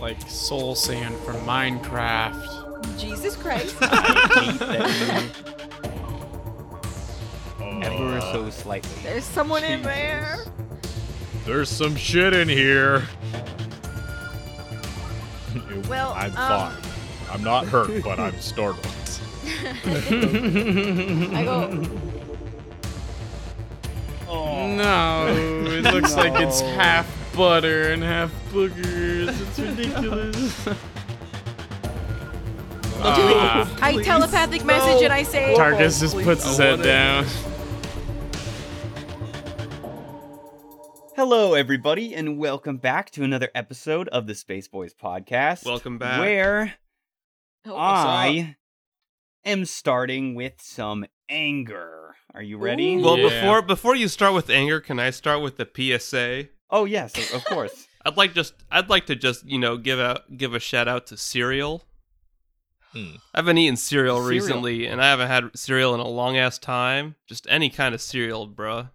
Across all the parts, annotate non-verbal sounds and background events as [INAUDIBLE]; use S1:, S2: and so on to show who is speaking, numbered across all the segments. S1: like soul sand from Minecraft.
S2: Jesus Christ.
S3: hate that move. Ever so slightly.
S2: There's someone in there.
S4: There's some shit in here.
S2: Well,
S4: I'm
S2: um,
S4: fine. I'm not hurt, but I'm startled.
S2: I go,
S1: No, it looks like it's
S3: No.
S1: half butter and half boogers. It's
S3: [LAUGHS]
S1: ridiculous. ah,
S2: I telepathic message and I say,
S1: Targus just puts his head down.
S3: Hello, everybody, and welcome back to another episode of the Space Boys podcast.
S5: Welcome back.
S3: Where
S2: Oh,
S3: I am starting with some anger. Are you ready?
S2: Ooh.
S5: Well,
S1: Yeah.
S5: before before you start with anger, can I start with the PSA?
S3: oh yes, of course.
S5: I'd like just I'd like to just you know give a give a shout out to cereal.
S4: Hmm.
S5: I haven't eaten cereal,
S3: Cereal.
S5: recently, and I haven't had cereal in a long ass time. Just any kind of cereal, bruh,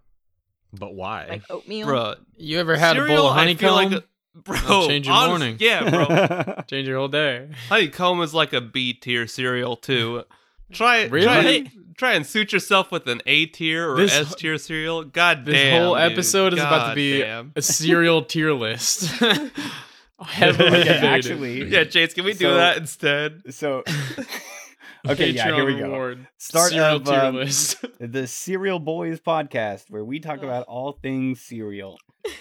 S4: But why?
S2: like oatmeal.
S5: bruh.
S1: You ever had a
S5: Cereal,
S1: bowl of
S5: I feel
S1: honeycomb?
S5: like a- bro,
S1: change your
S5: honest-
S1: morning.
S5: [LAUGHS] Yeah,
S3: [LAUGHS]
S1: [LAUGHS]
S5: bro.
S1: Change your whole day.
S5: honeycomb is like a B tier cereal too. Try it. Try,
S1: Really?
S5: and- try and suit yourself with an A tier or
S1: This-
S5: S tier cereal. God
S1: This
S5: damn.
S1: whole
S5: dude.
S1: episode is about to
S5: God
S1: be
S5: damn.
S1: a
S5: [LAUGHS]
S1: cereal tier list. Heavily
S3: Okay,
S1: debated.
S3: [LAUGHS] actually-
S5: Yeah, Chase, can we do
S3: So-
S5: that instead? [LAUGHS]
S3: so [LAUGHS] okay, yeah,
S1: Patreon
S3: here we go.
S1: reward.
S3: Start
S1: cereal
S3: of,
S1: tier
S3: um,
S1: list.
S3: the Cereal Boys podcast, where we talk
S2: Ugh.
S3: about all things
S5: [LAUGHS]
S3: cereal.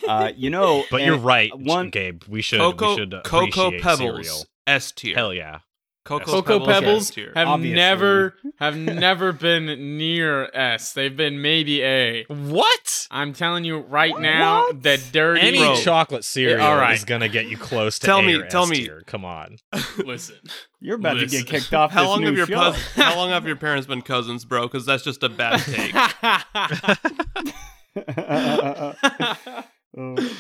S3: Uh, you know,
S4: but
S3: and-
S4: you're right,
S3: one-
S4: Gabe. We should we should
S5: Cocoa Cocoa
S4: appreciate cereal.
S5: Pebbles S tier.
S4: Hell yeah.
S5: Cocoa,
S1: Cocoa Pebbles
S5: S tier.
S1: have
S3: Obviously.
S1: never have never been near S. They've been maybe A.
S4: What?
S1: I'm telling you right now,
S3: What?
S1: the dirty
S4: Any
S6: [LAUGHS]
S5: Bro.
S4: chocolate cereal
S1: all right.
S4: is gonna get you close to
S5: Tell
S4: A
S5: me-
S4: or S
S5: tell me.
S4: tier. Come on.
S1: listen.
S3: you're about to
S1: Listen.
S3: get kicked off.
S5: How
S3: this
S5: long
S3: new
S5: have your
S3: show.
S5: pus- how long have your parents been cousins, bro? Because that's just a [LAUGHS] bad take.
S3: Oh, God.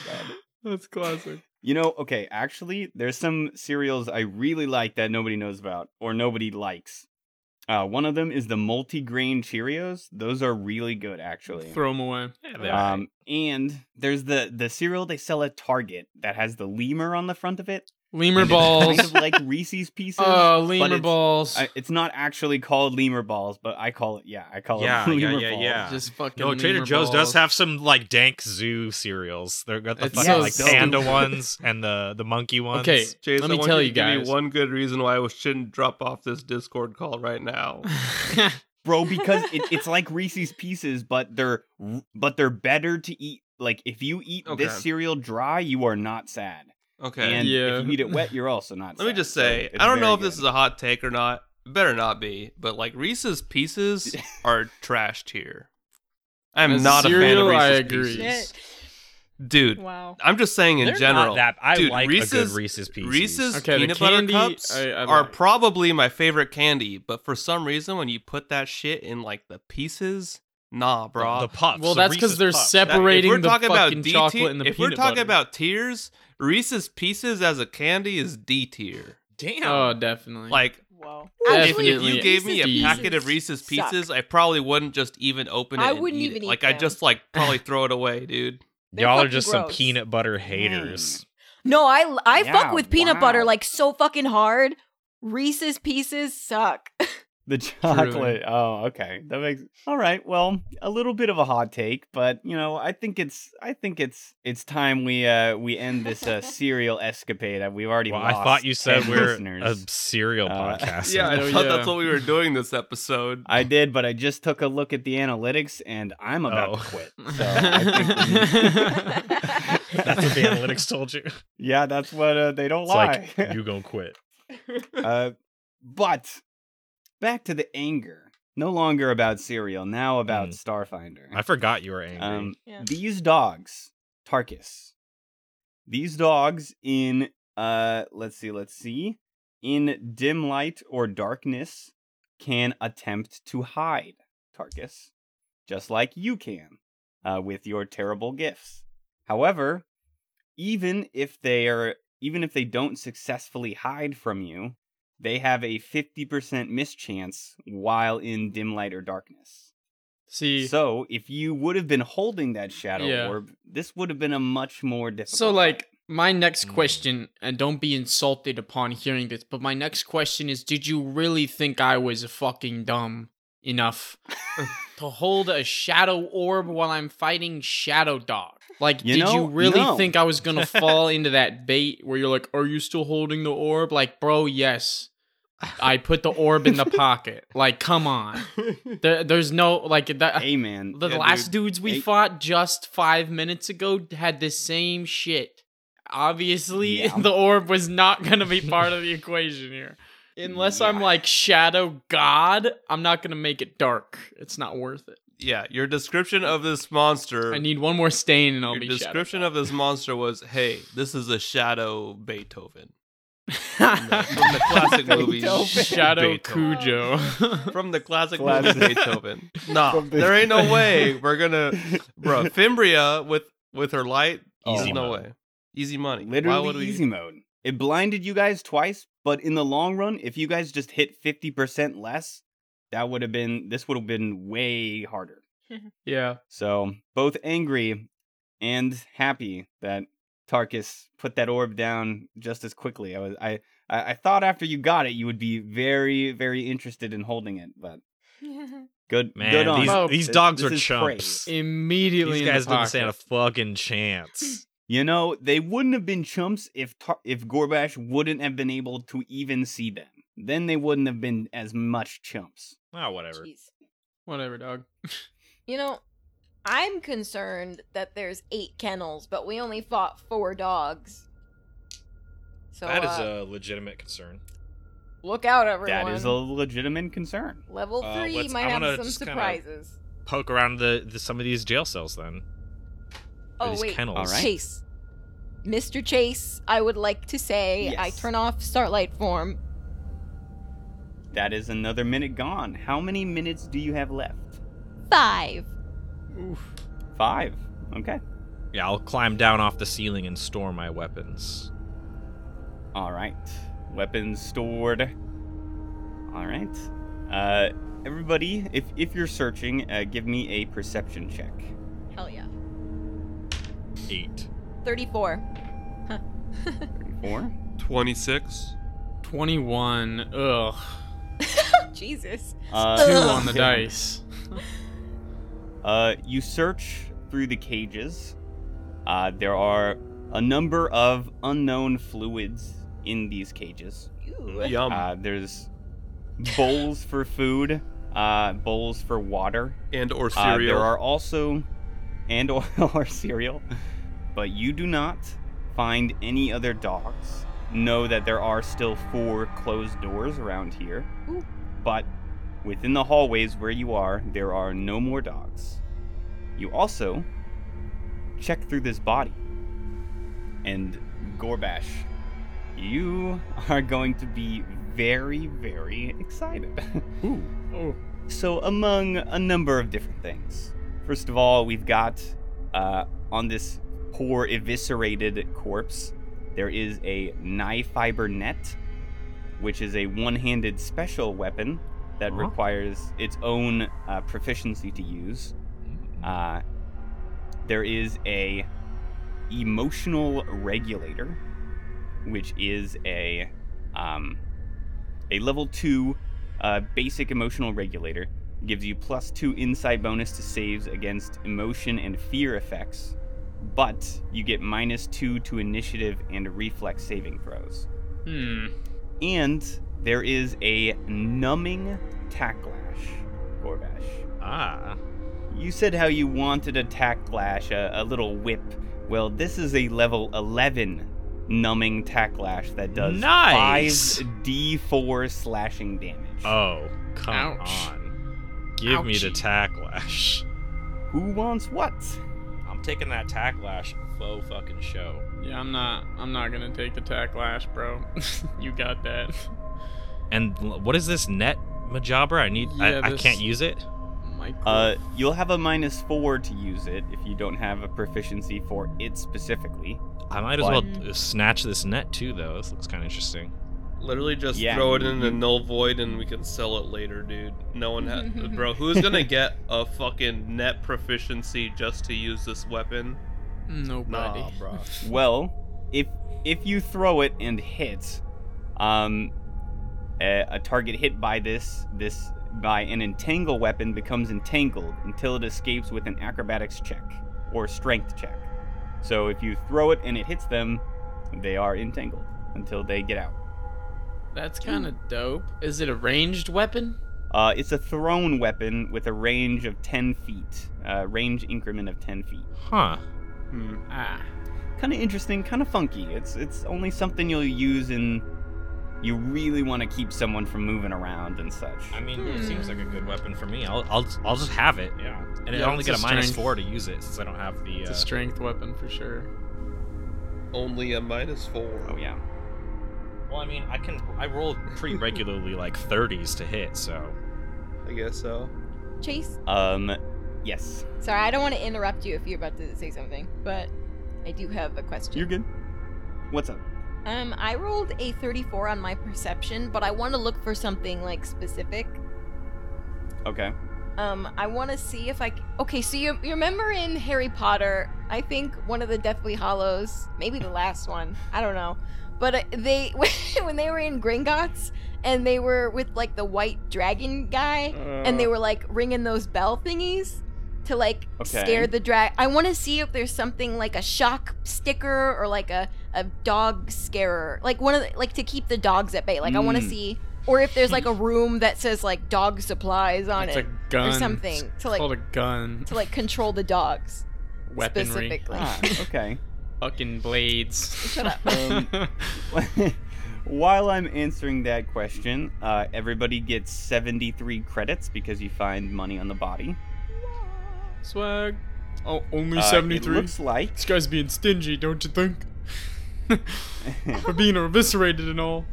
S1: That's classic.
S3: [LAUGHS] You know, okay, actually, there's some cereals I really like that nobody knows about or nobody likes. Uh, one of them is the multi-grain Cheerios. Those are really good, actually.
S1: Throw them away.
S3: Um, and there's the the cereal they sell at Target that has the lemur on the front of it,
S1: Lemur
S3: And it's
S1: balls.
S3: kind of like
S4: [LAUGHS]
S3: Reese's Pieces.
S1: Oh, lemur
S3: it's-
S1: balls.
S3: I, it's not actually called lemur balls, but I call it. Yeah, I call
S4: Yeah,
S3: it
S4: yeah,
S3: [LAUGHS] lemur
S4: yeah,
S3: balls.
S4: yeah.
S1: Just fucking.
S4: No, Trader
S1: lemur
S4: Joe's does
S1: balls.
S4: have some like dank zoo cereals. They've got the
S1: It's
S4: fucking
S3: so
S4: like
S3: stupid.
S4: panda ones and the the monkey ones.
S1: Okay,
S5: Chase,
S1: let
S5: I
S1: me
S5: want
S1: tell
S5: to
S1: you
S5: give
S1: [LAUGHS] guys.
S5: me one good reason why I shouldn't drop off this Discord call right now.
S3: bro, because it, it's like Reese's Pieces, but they're but they're better to eat. Like if you eat
S5: Okay.
S3: this cereal dry, you are not sad,
S5: Okay.
S3: and
S1: Yeah.
S3: if you eat it wet, you're also not. sad.
S5: Let me just
S3: So
S5: say,
S3: it's
S5: I don't
S3: very
S5: know if this
S3: good.
S5: is a hot take or not. It Better not be, but like Reese's [LAUGHS] Pieces are trashed here. I'm
S1: As
S5: not
S1: cereal,
S5: a fan
S1: I
S5: of Reese's
S1: agree.
S5: Pieces.
S2: Shit.
S5: Dude,
S2: Wow.
S5: I'm just saying in
S4: They're not
S5: general.
S4: that I
S5: dude,
S4: like a good
S5: Reese's-
S4: Reese's Pieces.
S5: Reese's
S1: Okay, the
S5: peanut
S1: candy,
S5: butter cups
S1: I- I
S5: are
S1: like.
S5: probably my favorite candy, but for some reason, when you put that shit in like the pieces, nah,
S4: The-
S5: bro.
S4: the puffs.
S1: well,
S4: the
S1: that's
S4: because
S1: because they're separating
S5: if we're
S1: the
S5: talking about
S1: fucking
S5: D
S1: chocolate
S5: tier-
S1: and the
S5: if
S1: peanut
S5: we're talking
S1: butter.
S5: about tiers, Reese's Pieces as a candy is D tier.
S4: Damn.
S1: Oh, definitely.
S5: Like, [LAUGHS]
S2: Wow.
S5: if-
S1: Definitely
S5: if you gave me
S1: Reese's
S5: a packet of
S2: Pieces
S5: Reese's
S2: suck.
S5: Pieces, I probably wouldn't just even open it.
S2: I
S5: and
S2: wouldn't
S5: eat
S2: even
S5: it.
S2: eat
S5: Like, I
S2: them.
S5: just like probably throw it away, dude.
S2: They're
S4: Y'all are
S2: fucking
S4: just some
S2: gross.
S4: peanut butter haters.
S2: No, I I
S3: Yeah,
S2: fuck with peanut butter
S3: wow.
S2: like so fucking hard. Reese's pieces suck. [LAUGHS]
S5: [LAUGHS]
S3: the chocolate. Oh, okay, that makes all right. Well, a little bit of a hot take, but you know, I think it's I think it's it's time we uh we end this uh, cereal escapade. Uh, We've already.
S4: Well, I
S3: lost
S4: thought you said
S5: [LAUGHS]
S3: 10
S4: we're
S3: listeners.
S4: a cereal
S3: Uh,
S4: podcast.
S5: Yeah,
S1: [LAUGHS]
S5: I
S1: Oh,
S5: thought
S1: yeah.
S5: that's what we were doing this episode.
S3: I did, but I just took a look at the analytics, and I'm about
S4: Oh.
S3: to quit. [LAUGHS] So I
S1: [LAUGHS]
S3: think we need
S4: That's
S5: [LAUGHS]
S4: what the analytics told you. It's
S3: Yeah, that's what uh, they don't lie.
S4: like you gonna quit.
S3: [LAUGHS] uh, but back to the anger. No longer about cereal, now about
S4: Mm.
S3: Starfinder.
S4: I forgot you were angry.
S3: Um,
S2: Yeah.
S3: These dogs, Tarkus. These dogs in uh, let's see, let's see, in dim light or darkness, can attempt to hide Tarkus, just like you can uh, with your terrible gifts. However, even if they are, even if they don't successfully hide from you, they have a fifty percent mischance while in dim light or darkness.
S1: See, so,
S3: So if you would have been holding that shadow
S1: Yeah.
S3: orb, this would have been a much more difficult.
S1: like My next
S4: Mm.
S1: question, and don't be insulted upon hearing this, but my next question is Did you really think I was fucking dumb
S3: [LAUGHS]
S1: enough to hold a shadow orb while I'm fighting Shadow Dog? Like,
S3: You
S1: did you
S3: know,
S1: really
S3: no.
S1: think I was gonna
S3: [LAUGHS]
S1: fall into that bait where you're like, Are you still holding the orb? Like, bro, yes. I put the orb in the
S3: [LAUGHS]
S1: pocket. Like, come on. There, there's no, like, that.
S3: [LAUGHS] Hey man,
S1: The
S5: Yeah,
S1: last dudes we
S3: Hey.
S1: fought just five minutes ago had the same shit. Obviously, [LAUGHS]
S3: Yeah.
S1: the orb was not going to be part of the equation here. Unless I'm
S3: Yeah.
S1: like Shadow God, I'm not going to make it dark. It's not worth it.
S5: [LAUGHS] Yeah, your description of this monster.
S1: I need one more stain and I'll
S5: your
S1: be
S5: description of this monster was, "Hey, this is a shadow Beethoven
S1: Shadow, [LAUGHS]
S5: from the classic movies."
S3: Beethoven.
S1: shadow
S4: Beethoven.
S1: Cujo. [LAUGHS]
S5: From the classic,
S3: Classic. [LAUGHS]
S5: movies, Beethoven. Nah,
S3: From Be-
S5: there
S3: [LAUGHS]
S5: ain't no way we're gonna, bro. Fimbria with with her light.
S3: Oh.
S5: There's no
S4: Easy
S5: way. Easy money. Why would
S3: Literally
S5: we?
S3: easy mode. It blinded you guys twice, but in the long run, if you guys just hit 50% less, that would have been this would have been way harder.
S1: yeah.
S3: So, both angry and happy that Tarkus put that orb down just as quickly. I was I I I thought after you got it, you would be very very interested in holding it, but good good on
S4: Man,
S3: you.
S2: Oh,
S1: Bro,
S4: these, these
S3: this-
S4: dogs
S3: this
S4: are
S3: is
S4: chumps.
S1: Immediately.
S4: These
S1: in the
S4: guys didn't stand a
S1: pocket.
S4: fucking chance.
S3: [LAUGHS] You know, they wouldn't have been chumps if Tar- if Gorbash wouldn't have been able to even see them. Then they wouldn't have been as much chumps.
S4: Ah, whatever.
S2: Jeez.
S1: Whatever, dog.
S2: You know, I'm concerned that there's eight kennels, but we only fought four dogs. So
S4: That is
S2: uh,
S4: a legitimate concern.
S2: look out, everyone.
S3: That is a legitimate concern.
S2: level
S4: Uh,
S2: three
S4: let's-
S2: might
S4: I'm
S2: have
S4: gonna
S2: some
S4: just kinda-
S2: surprises.
S4: Poke around the, the some of these jail cells then. Or
S2: Oh
S4: these
S2: wait,
S4: kennels.
S3: All right.
S2: Chase, Mr. Chase, I would like to say I
S3: Yes.
S2: turn off Starlight form.
S3: That is another minute gone. How many minutes do you have left?
S2: Five.
S3: Five. Okay.
S4: Yeah, I'll climb down off the ceiling and store my weapons.
S3: All right. Weapons stored. All right. Uh, everybody, if if you're searching, uh, give me a perception check.
S2: Hell yeah.
S4: Eight.
S2: Thirty-four. [LAUGHS]
S3: Four.
S5: Twenty six.
S1: 21. Ugh.
S2: Jesus.
S3: Uh,
S1: Two on the
S3: yeah.
S1: dice.
S3: Uh, you search through the cages. Uh, there are a number of unknown fluids in these cages.
S2: Ew.
S5: Yum.
S3: Uh, there's bowls for food, uh, bowls for water.
S5: and or
S3: Uh, there
S5: cereal.
S3: are also and [LAUGHS] or, or cereal, but you do not find any other dogs. Know that there are still four closed doors around here,
S2: Ooh.
S3: but within the hallways where you are, there are no more dogs. You also check through this body, and Gorbash, you are going to be very, very excited. [LAUGHS]
S4: Ooh.
S1: Oh.
S3: So, among a number of different things. First of all, we've got uh, on this poor eviscerated corpse, there is a knife fiber net, which is a one handed special weapon that
S4: Huh?
S3: requires its own uh, proficiency to use. Uh, there is a emotional regulator, which is a um, a level two uh, basic emotional regulator. Gives you plus two insight bonus to saves against emotion and fear effects, but you get minus two to initiative and reflex saving throws.
S1: Hmm.
S3: And there is a numbing tacklash, Gorbash.
S4: Ah.
S3: You said how you wanted a tacklash, a, a little whip. Well, this is a level 11 numbing tacklash that does
S4: Nice.
S3: 5d4 slashing damage.
S4: Oh, come
S1: Ouch.
S4: on. Give me the
S1: Ouchie.
S4: tacklash.
S3: Who wants what?
S4: I'm taking that tacklash faux fucking show.
S1: Yeah, I'm not. I'm not gonna take the tacklash, bro. [LAUGHS] you got that.
S4: And l- what is this net majabra? I need.
S1: Yeah,
S4: I, I
S1: this-
S4: can't use it.
S1: Michael.
S3: Uh, you'll have a minus 4 to use it if you don't have a proficiency for it specifically.
S4: I might as
S3: Why?
S4: well uh, snatch this net too, though. This looks kind of interesting.
S5: Literally just
S3: Yeah,
S5: throw it
S3: you-
S5: in
S3: you-
S5: a null void and we can sell it later, dude. No one has. Bro, who's gonna get a fucking net proficiency just to use this weapon?
S1: Nobody.
S5: Nah, bro.
S3: Well, if if you throw it and hit, um, a, a target hit by this this by an entangle weapon becomes entangled until it escapes with an acrobatics check or strength check. So if you throw it and it hits them, they are entangled until they get out.
S1: That's kind of dope. Is it a ranged weapon?
S3: Uh, it's a thrown weapon with a range of 10 feet, uh, range increment of 10 feet.
S4: Huh.
S1: Ah.
S3: Kind of interesting, kind of funky. It's it's only something you'll use in you really want to keep someone from moving around and such.
S4: I mean,
S2: Hmm.
S4: it seems like a good weapon for me. I'll I'll, I'll just have it. Yeah. And
S1: Yeah,
S4: I only
S1: it's
S4: get
S1: a
S4: a minus
S1: strength.
S4: four to use it since I don't have the.
S1: It's
S4: Uh,
S1: a strength weapon for sure.
S5: Only a minus four.
S3: oh yeah.
S4: well, I mean, I can I roll pretty regularly like thirties to hit, so
S5: I guess so.
S2: Chase,
S3: Um yes.
S2: sorry, I don't want to interrupt you if you're about to say something, but I do have a question.
S3: You're good. What's up?
S2: Um, I rolled a 34 on my perception, but I want to look for something like specific.
S3: Okay.
S2: Um, I want to see if I. c- Okay, so you, you remember in Harry Potter, I think one of the Deathly Hollows, maybe the last one, I don't know, but uh, they [LAUGHS] when they were in Gringotts and they were with like the white dragon guy, and
S1: Uh.
S2: they were like ringing those bell thingies to like
S3: Okay.
S2: scare the drag. I want to see if there's something like a shock sticker or like a a dog scarer, like one of the, like to keep the dogs at bay. Like I
S1: Hmm.
S2: want to
S3: Mm.
S2: see, or if there's like a room that says like dog supplies on
S1: It's
S2: it
S1: a gun.
S2: something,
S1: It's
S2: to, like-
S1: called a gun.
S2: to like control the dogs
S1: Weaponry.
S2: specifically.
S3: Ah, okay. [LAUGHS]
S1: Fucking blades.
S2: Shut up.
S3: Um, While I'm answering that question, uh, everybody gets 73 credits because you find money on the body.
S1: [LAUGHS] Swag. Oh, only
S3: Uh,
S1: seventy
S3: It
S1: three.
S3: looks like.
S1: This guy's being stingy, don't you think? [LAUGHS]
S3: [LAUGHS]
S2: [LAUGHS]
S1: For being eviscerated and all.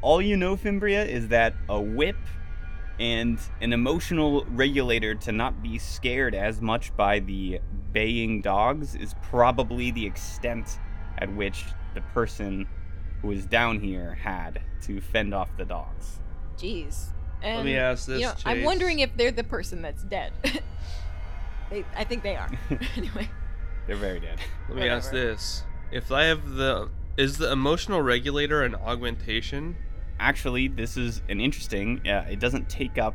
S3: All you know, Fimbria, is that a whip and an emotional regulator to not be scared as much by the baying dogs is probably the extent at which the person who is down here had to fend off the dogs.
S2: Jeez. And,
S5: Let me ask this.
S2: you know, I'm wondering if they're the person that's dead. [LAUGHS] they, I think they
S3: [LAUGHS]
S2: are. [LAUGHS] anyway.
S3: They're very dead.
S5: Let me ask
S2: whatever.
S5: this: If I have the, is the emotional regulator an augmentation?
S3: actually this is an interesting uh, it doesn't take up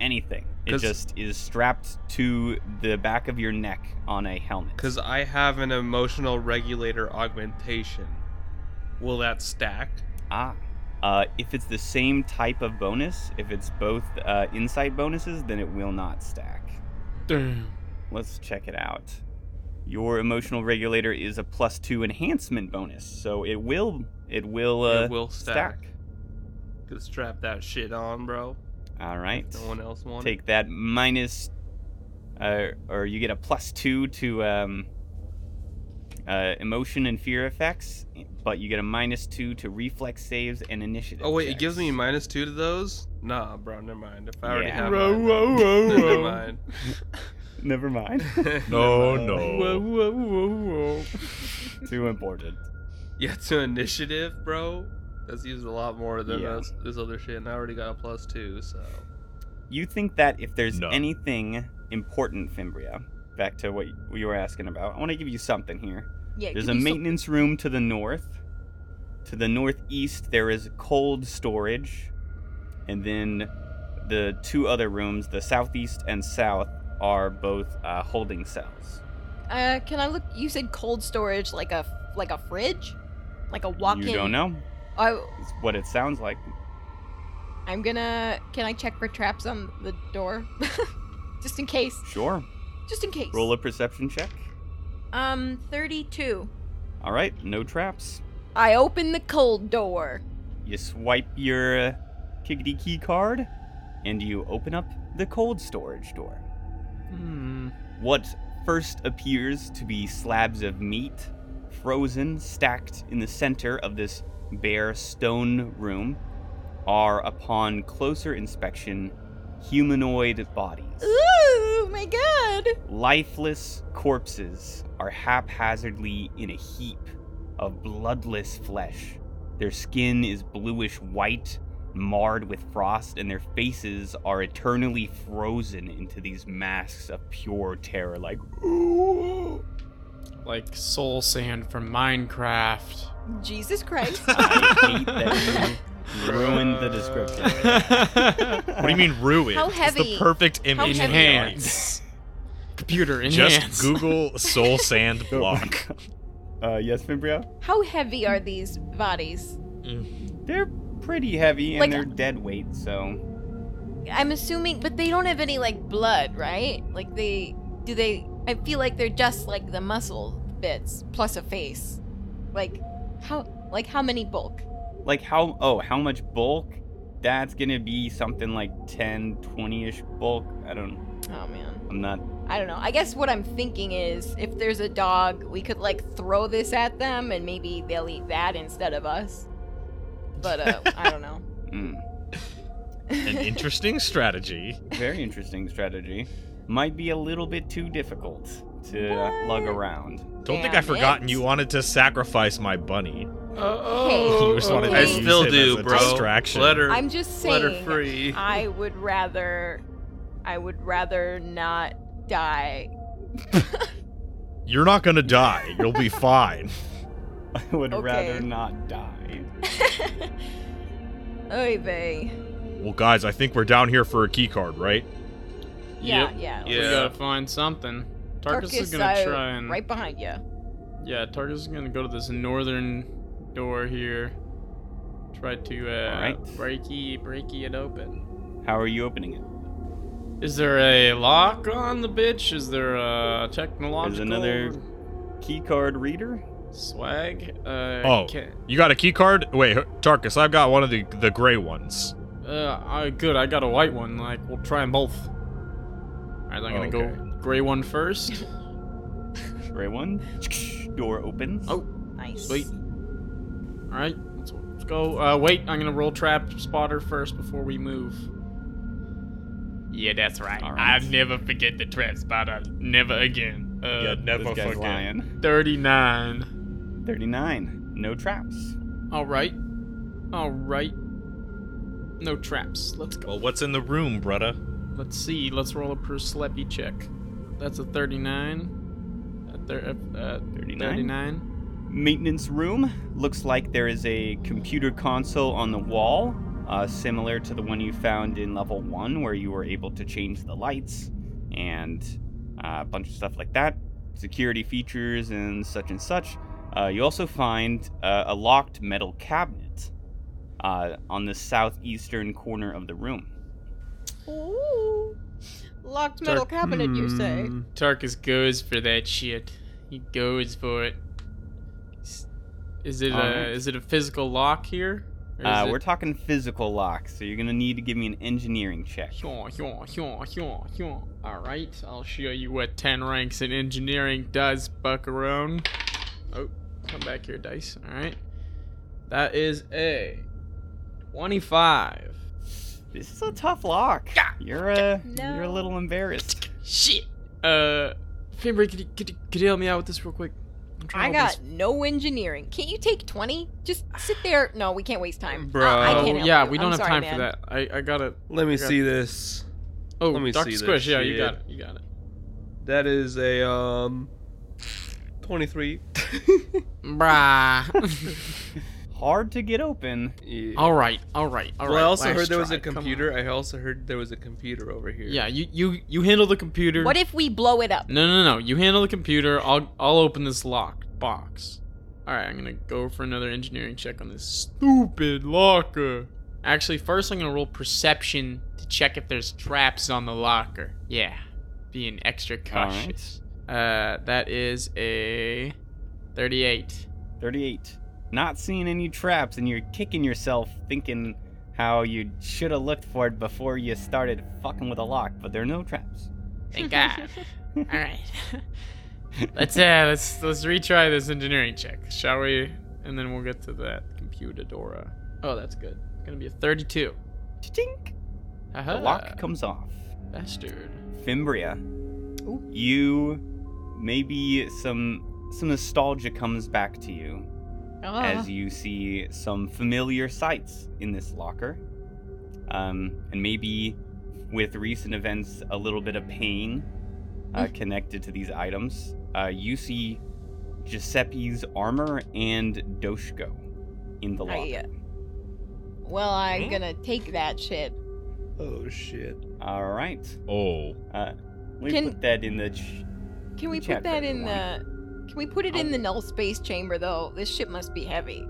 S3: anything it
S5: 'Cause-
S3: just is strapped to the back of your neck on a helmet
S5: Because I have an emotional regulator augmentation. Will that stack?
S3: ah uh, if it's the same type of bonus if it's both uh, insight bonuses then it will not stack
S1: Damn.
S3: let's check it out your emotional regulator is a plus two enhancement bonus so it will it will uh,
S5: it will stack. Could strap that shit on, bro.
S3: all right
S5: No one else wanted.
S3: take that minus uh, or you get a plus two to um, uh, emotion and fear effects but you get a minus two to reflex saves and initiative
S5: Oh wait, it gives me
S3: checks.
S5: minus two to those? Nah, bro, never mind. If I already
S3: Yeah.
S5: have
S1: Whoa,
S5: mine,
S1: whoa,
S5: then [LAUGHS]
S1: whoa,
S5: never
S1: whoa.
S5: mind.
S3: never
S5: [LAUGHS]
S3: mind
S4: no,
S5: Never mind.
S1: Whoa,
S4: no.
S1: whoa, whoa, whoa.
S3: too important
S5: Yeah, [LAUGHS] to initiative, bro. That's used a lot more than
S3: Yeah.
S5: this, this other shit, and I already got a plus two, so.
S3: you think that if there's
S4: No.
S3: anything important fimbria back to what you were asking about i want to give you something here
S2: Yeah.
S3: There's
S2: give
S3: a
S2: me some-
S3: maintenance room to the north. To the northeast, there is cold storage. And then the two other rooms, the southeast and south, are both uh, holding cells.
S2: Uh, can I look? You said cold storage, like a like a fridge, like a walk-in.
S3: You don't know.
S2: I,
S3: It's what it sounds like.
S2: I'm gonna. Can I check for traps on the door, [LAUGHS] just in case?
S3: Sure.
S2: Just in case.
S3: Roll a perception check.
S2: Um, 32.
S3: All right, no traps.
S2: I open the cold door.
S3: You swipe your uh, kickity key card, and you open up the cold storage door.
S1: Hmm.
S3: What first appears to be slabs of meat, frozen, stacked in the center of this bare stone room, are, upon closer inspection, humanoid bodies.
S2: Ooh, my god.
S3: Lifeless corpses are haphazardly in a heap of bloodless flesh. Their skin is bluish white, marred with frost, and their faces are eternally
S4: [LAUGHS]
S3: frozen into these masks of pure terror, like
S1: like soul sand from Minecraft.
S2: Jesus Christ.
S3: I hate that you ruined the description.
S4: what do you mean ruined?
S2: How
S4: It's
S2: heavy?
S4: the perfect image.
S2: heavy?
S1: Enhance. [LAUGHS] Computer enhance.
S4: Just Google soul
S1: [LAUGHS]
S4: sand block.
S3: Uh, yes, Fimbria?
S2: How heavy are these bodies?
S3: They're pretty heavy and
S2: Like-
S3: they're dead weight, so.
S2: I'm assuming, but they don't have any like blood, right? Like they do they? I feel like they're just like the muscle bits plus a face. Like how? Like how many bulk?
S3: Like, how. Oh, how much bulk? That's gonna be something like 10, 20 ish bulk. I don't.
S2: Oh man,
S3: I'm not.
S2: I don't know. I guess what I'm thinking is if there's a dog, we could like throw this at them and maybe they'll eat that instead of us. But uh, I don't know.
S3: Mm.
S4: An interesting strategy.
S3: Very interesting strategy. Might be a little bit too difficult to lug around. [LAUGHS]
S4: Don't think
S2: Damn
S4: I've forgotten
S2: it.
S4: you wanted to sacrifice my bunny.
S2: Hey,
S4: You just wanted
S2: okay.
S5: I
S4: to use
S5: still
S4: it
S5: do,
S4: as a
S5: bro.
S4: distraction.
S5: Let her,
S2: [LAUGHS] I'm just
S5: let her
S2: saying.
S5: free.
S2: I would rather, I would rather not die
S4: You're not gonna die. You'll
S2: [LAUGHS]
S4: be fine.
S3: I would rather
S2: Okay.
S3: not die.
S2: [LAUGHS] Oy vey.
S4: Well, guys, I think we're down here for a key card, right?
S2: Yeah,
S1: Yep.
S2: [LAUGHS] yeah.
S1: We
S5: Yeah.
S1: gotta find something. Tarkus is
S2: Tarkus,
S1: gonna
S2: uh,
S1: try and
S2: Right behind you.
S1: yeah, Tarkus is gonna go to this northern door here. Try to uh
S3: Alright.
S1: breaky breaky it open.
S3: How are you opening it?
S1: Is there a lock on the bitch? Is there a technological
S3: another- Key card reader?
S1: swag? Uh,
S4: Oh.
S1: ca-
S4: You got a key card? Wait, Tarkus, I've got one of the the gray ones.
S1: uh, I, good. I got a white one. Like we'll try them both. All right, I'm gonna
S3: Oh,
S1: go gray one first.
S3: Gray one. Door opens.
S1: Oh.
S2: Nice.
S1: Sweet. All right, let's, let's go. Uh, wait, I'm gonna roll trap spotter first before we move. Yeah, that's right.
S3: All right.
S1: I'll never forget the trap spotter. Never again. Uh,
S4: Yeah,
S3: this guy's lying.
S1: 39.
S3: 39. No traps.
S1: All right. All right. No traps. Let's go.
S4: Well, what's in the room, brudda?
S1: Let's see. Let's roll a perception check. That's a 39. A thir- uh, uh,
S3: 39.
S1: 39.
S3: Maintenance room. Looks like there is a computer console on the wall, uh, similar to the one you found in level one, where you were able to change the lights and uh, a bunch of stuff like that. Security features and such and such. Uh, you also find uh, a locked metal cabinet uh, on the southeastern corner of the room.
S2: Ooh. Locked metal
S1: Tark-
S2: cabinet, you say?
S1: Hmm, Tarkus goes for that shit. He goes for it. S- Is it a
S3: Alright.
S1: is it a physical lock here? Or is
S3: Uh,
S1: it-
S3: we're talking physical lock, so you're gonna need to give me an engineering check.
S1: Hyah, hyah, hyah, hyah, hyah. All right, I'll show you what ten ranks in engineering does, Buckaroo. Oh, come back here, dice. All right, that is a twenty-five.
S3: This is a tough lock. You're uh, you're a
S2: No.
S3: little embarrassed.
S1: Shit. Uh, Finbury, could you, could you, could you help me out with this real quick? I'm trying to
S2: I
S1: open this
S2: got no engineering. Can't you take 20? Just sit there. No, we can't waste time.
S5: Bro.
S2: I, I
S1: Oh
S2: can't help
S1: yeah,
S2: you.
S1: we don't
S2: I'm
S1: have
S2: sorry,
S1: time
S2: man.
S1: for that. I, I gotta.
S5: Let me
S1: Okay.
S5: see this.
S1: Oh,
S5: Let me
S1: Doctor
S5: see this
S1: Squish. Yeah, you
S5: shit.
S1: got it. You got it.
S5: That is a um 23.
S1: Brah.
S5: [LAUGHS]
S3: Hard to get open.
S5: Yeah.
S1: all right, all right, all right.
S5: well, I also heard
S1: last
S5: there was
S1: try,
S5: a
S1: come on.
S5: computer. I also heard there was a computer over here.
S1: Yeah, you you you handle the computer.
S2: What if we blow it up?
S1: No, no, no. You handle the computer. I'll I'll open this locked box. All right, I'm gonna go for another engineering check on this stupid locker. Actually, first I'm gonna roll perception to check if there's traps on the locker. Yeah, being extra
S3: Alright.
S1: cautious. Uh, that is a 38.
S3: 38. Not seeing any traps, and you're kicking yourself thinking how you should have looked for it before you started fucking with a lock, but there are no traps.
S1: Thank God. All right. [LAUGHS] let's uh, let's let's retry this engineering check, shall we? And then we'll get to that computer Dora. Oh, that's good. It's gonna be a 32.
S3: Tink.
S1: Uh-huh.
S3: The lock comes off.
S1: Bastard.
S3: Fimbria,
S2: Ooh.
S3: you maybe some some nostalgia comes back to you as you see some familiar sights in this locker. Um, and maybe with recent events, a little bit of pain uh, connected to these items. Uh, you see Giuseppe's armor and Doshko in the
S2: I-
S3: locker.
S2: Well, I'm
S4: Hmm?
S2: gonna take that shit.
S5: Oh shit.
S3: All right.
S6: Oh,
S3: Uh, we
S2: Can-
S3: put that in the. Ch-
S2: Can we
S3: Chat
S2: put that
S3: for
S2: in the? Can we put it in the null space chamber though? This shit must be heavy.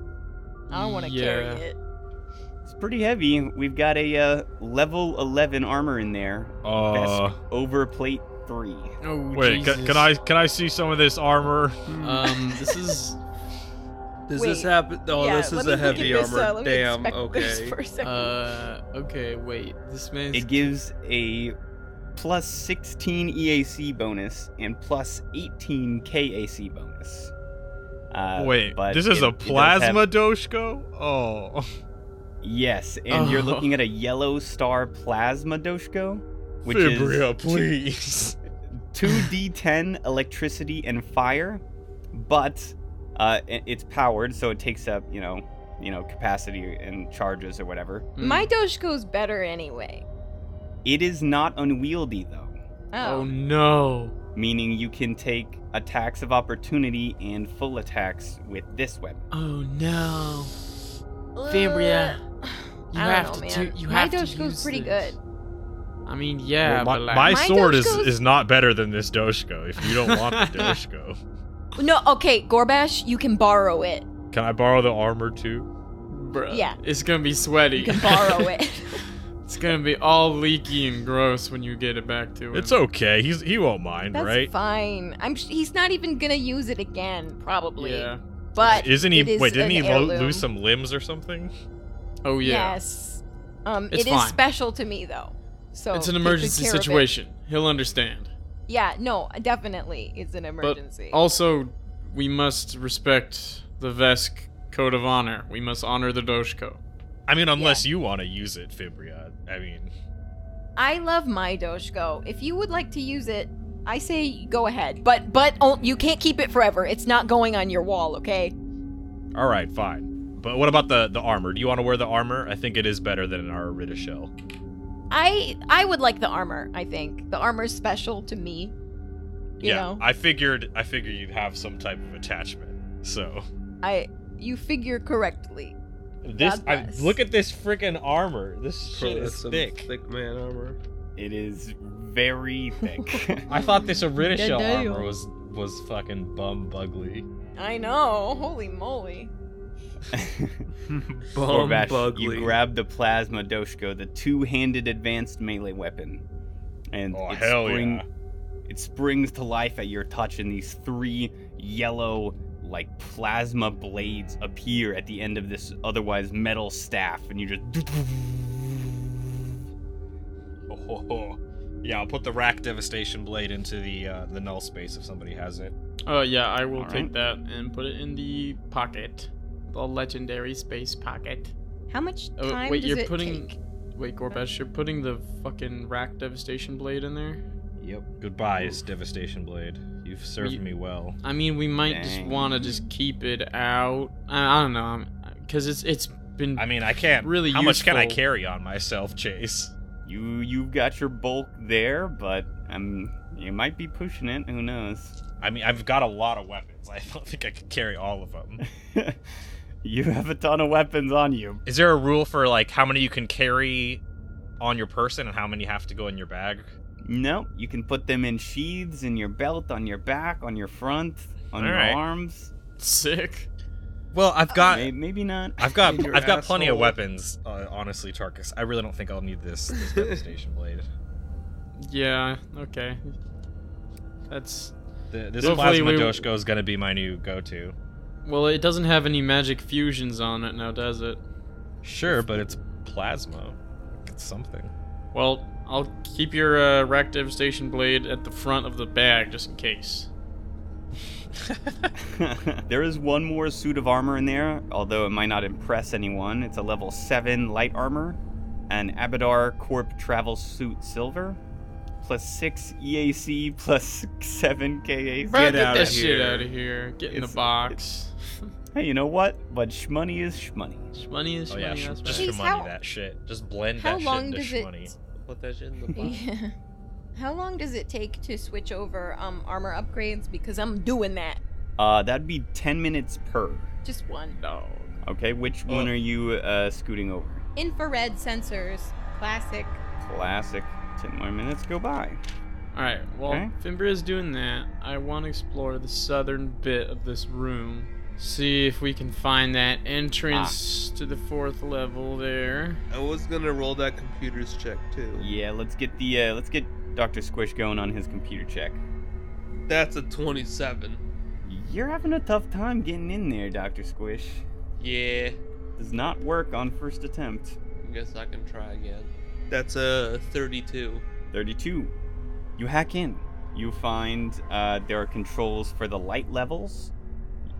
S2: I don't want to carry
S1: Yeah.
S2: it.
S3: it's pretty heavy. We've got a uh, level 11 armor in there.
S6: uh,
S3: Over plate three.
S1: Oh,
S6: wait. Can,
S1: Jesus.
S6: can [LAUGHS] I can I see some of this armor?
S1: Um, this
S2: [LAUGHS]
S1: is
S5: Uh, Does this
S2: Wait.
S5: happen? Oh,
S2: Yeah,
S5: this
S2: let
S5: is
S2: me
S5: a
S2: look at
S5: heavy
S2: this, uh,
S5: armor.
S2: let me
S5: Damn.
S2: inspect this
S5: Okay.
S2: [LAUGHS] for a second.
S1: uh okay. Wait, this man's
S3: It gives a plus 16 EAC bonus and plus 18 KAC bonus. Uh,
S6: wait,
S3: but
S6: this is
S3: it-
S6: a
S3: it does have-
S6: plasma doshko. Oh,
S3: Yes, and you're
S1: Oh.
S3: looking at a yellow star plasma Doshko, which [LAUGHS]
S6: Fibria,
S3: is
S6: please.
S3: 2d10 electricity and fire, but uh, i- it's powered, so it takes up you know, you know, capacity and charges or whatever.
S1: Mm.
S2: My Dogeco's better anyway.
S3: It is not unwieldy though,
S1: Oh
S2: Oh,
S1: no.
S3: meaning you can take attacks of opportunity and full attacks with this weapon.
S1: Oh no.
S2: Ugh.
S1: Fabria, You
S2: I don't
S1: have
S2: know,
S1: to
S2: man.
S1: do. You
S2: My
S1: have
S2: Dogeco's
S1: to use
S2: pretty
S1: this.
S2: good.
S1: I mean, yeah,
S6: Well, my,
S1: but like,
S6: my
S2: My
S6: sword is,
S2: Doshko's-
S6: is not better than this doshko. If you don't want
S2: [LAUGHS]
S6: the doshko,
S2: [SIGHS] No, okay, Gorbash, you can borrow it.
S6: can I borrow the armor too?
S1: bruh,
S2: yeah.
S1: it's gonna be sweaty.
S2: You
S1: [LAUGHS]
S2: can borrow it.
S1: It's gonna be all leaky and gross when you get it back to him.
S6: It's okay. He's he won't mind,
S2: That's
S6: right?
S2: fine. I'm. Sh- he's not even gonna use it again, probably.
S1: Yeah.
S2: But
S6: Isn't he?
S2: it is
S6: wait, didn't
S2: an
S6: he lo-
S2: heirloom.
S6: lose some limbs or something?
S1: Oh yeah.
S2: Yes. Um,
S1: It's
S2: it is
S1: fine.
S2: special to me though. So
S1: it's an
S2: take good
S1: emergency
S2: care of it.
S1: situation. He'll understand.
S2: Yeah. No, definitely, it's an emergency.
S1: Also, we must respect the Vesk code of honor. We must honor the Doshko.
S6: I mean, unless you want to use it, Fibria. I mean,
S2: I love my Doshko. If you would like to use it, I say go ahead. But but oh, you can't keep it forever. It's not going on your wall, okay?
S6: all right, fine. But what about the the armor? Do you want to wear the armor? I think it is better than our Rita shell.
S2: I I would like the armor. I think the armor's special to me. You
S6: yeah,
S2: know,
S6: I figured. I figured you'd have some type of attachment. So
S2: I you figure correctly.
S6: this,
S2: God
S6: I,
S2: bless.
S6: look at this freaking armor. This shit
S5: Bro, that's
S6: is
S5: some
S6: thick.
S5: Thick man armor.
S3: It is very
S6: [LAUGHS]
S3: thick.
S6: I thought this Arita
S2: Good
S6: shell
S2: deal.
S6: armor was was fucking bum bugly.
S2: I know. Holy moly.
S5: Bum
S3: Gorbash,
S5: bugly.
S3: you grab the plasma doshko, the two-handed advanced melee weapon, and
S6: Oh
S3: it,
S6: hell
S3: spring-
S6: yeah!
S3: it springs to life at your touch, and these three yellow, like plasma blades appear at the end of this otherwise metal staff, and you just
S4: Oh, ho,
S6: [LAUGHS]
S4: ho. Yeah, I'll put the rack devastation blade into the uh, the null space if somebody has it.
S1: Uh, yeah, I will
S3: All
S1: take that and put it in the pocket, the legendary space pocket.
S2: How much
S1: Oh,
S2: time
S1: wait,
S2: does
S1: you're
S2: it
S1: putting.
S2: take?
S1: Wait, Gorbash, you're putting the fucking rack devastation blade in there.
S4: Yep. Goodbye, it's devastation blade. You've served
S1: You-
S4: me well.
S1: I mean, we might just
S3: Dang.
S1: want to just keep it out. I, I don't know, because it's it's been.
S6: I mean, I can't.
S1: Mm. Really
S6: How much can I
S1: useful.
S6: carry on myself, Chase?
S3: you you've got your bulk there, but um, you might be pushing it. Who knows? [LAUGHS]
S6: I mean, I've got a lot of weapons. [LAUGHS] I don't think I could carry all of
S1: [LAUGHS]
S6: them.
S3: you have a ton of weapons on you.
S6: Is there a rule for like how many you can carry on your person and how many have to go in your bag?
S3: No, you can put them in sheaths in your belt, on your back, on your front, on your
S6: Alright.
S3: arms.
S1: sick.
S6: Well, I've got
S3: May- maybe not.
S6: I've got
S5: Your
S6: I've got plenty of
S5: asshole.
S6: weapons. Uh, honestly, Tarkus, I really don't think I'll need this, this devastation [LAUGHS] blade.
S1: Yeah. Okay. That's
S6: The, this
S1: Hopefully
S6: plasma
S1: we-
S6: doshko is gonna be my new go-to.
S1: well. It doesn't have any magic fusions on it now, does it?
S6: Sure, but it's plasma. It's something.
S1: Well, I'll keep your uh, rack devastation blade at the front of the bag just in case.
S3: [LAUGHS] there is one more suit of armor in there, although it might not impress anyone. It's a level 7 light armor, an Abadar Corp travel suit silver, plus 6 EAC, plus 7 KAC.
S1: Bro, get
S5: outta
S1: this shit
S5: here.
S1: out of here. Get in the
S3: It's-
S1: box. [LAUGHS]
S3: Hey, you know what? But shmoney is shmoney.
S1: Shmoney is
S6: Oh yeah,
S1: shmoney.
S6: sh-
S1: that's
S6: just
S1: right.
S2: Jeez,
S6: shmoney
S2: how-
S6: that shit. Just blend
S2: How
S6: that shit
S2: long
S6: into
S2: does it? [LAUGHS]
S6: shmoney.
S5: Put that shit in
S1: [LAUGHS]
S5: the
S2: Yeah. How long does it take to switch over um armor upgrades? Because I'm doing that.
S3: Uh, that'd be 10 minutes per.
S2: Just one.
S1: No.
S3: Okay, which one
S6: Oh.
S3: are you uh, scooting over?
S2: Infrared sensors. Classic. [LAUGHS]
S3: Classic. 10 more minutes go by.
S1: All right. Well,
S3: Okay.
S1: Fimbria is doing that. I want to explore the southern bit of this room. See if we can find that entrance to the fourth level there.
S7: I was gonna roll that computer's check too.
S3: Yeah, let's get the uh, let's get Dr. Squish going on his computer check.
S7: That's a 27.
S3: You're having a tough time getting in there, Dr. Squish.
S7: Yeah.
S3: Does not work on first attempt.
S7: I guess I can try again. That's a 32.
S3: 32. You hack in. You find uh, there are controls for the light levels.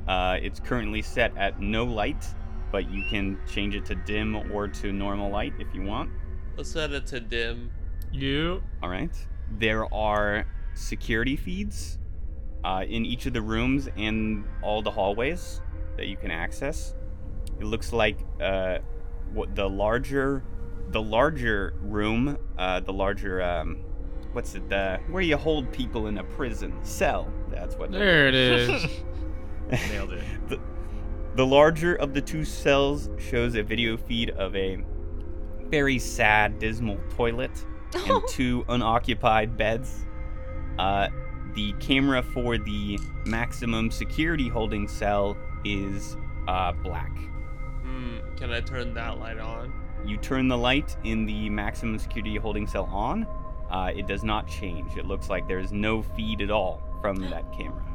S3: Uh, it's currently set at no light, but you can change it to dim or to normal light if you want.
S7: Let's set it to dim.
S1: You.
S3: All right. There are security feeds uh, in each of the rooms and all the hallways that you can access. It looks like uh, what the larger, the larger room, uh, the larger um, what's it? The where you hold people in a prison cell. That's what.
S1: There it is.
S6: Nailed it.
S3: The larger of the two cells shows a video feed of a very sad, dismal toilet
S2: [LAUGHS]
S3: and two unoccupied beds. Uh, the camera for the maximum security holding cell is uh, black.
S7: Hmm, can I turn that light on?
S3: You turn the light in the maximum security holding cell on, uh, it does not change. It looks like there's no feed at all from that camera.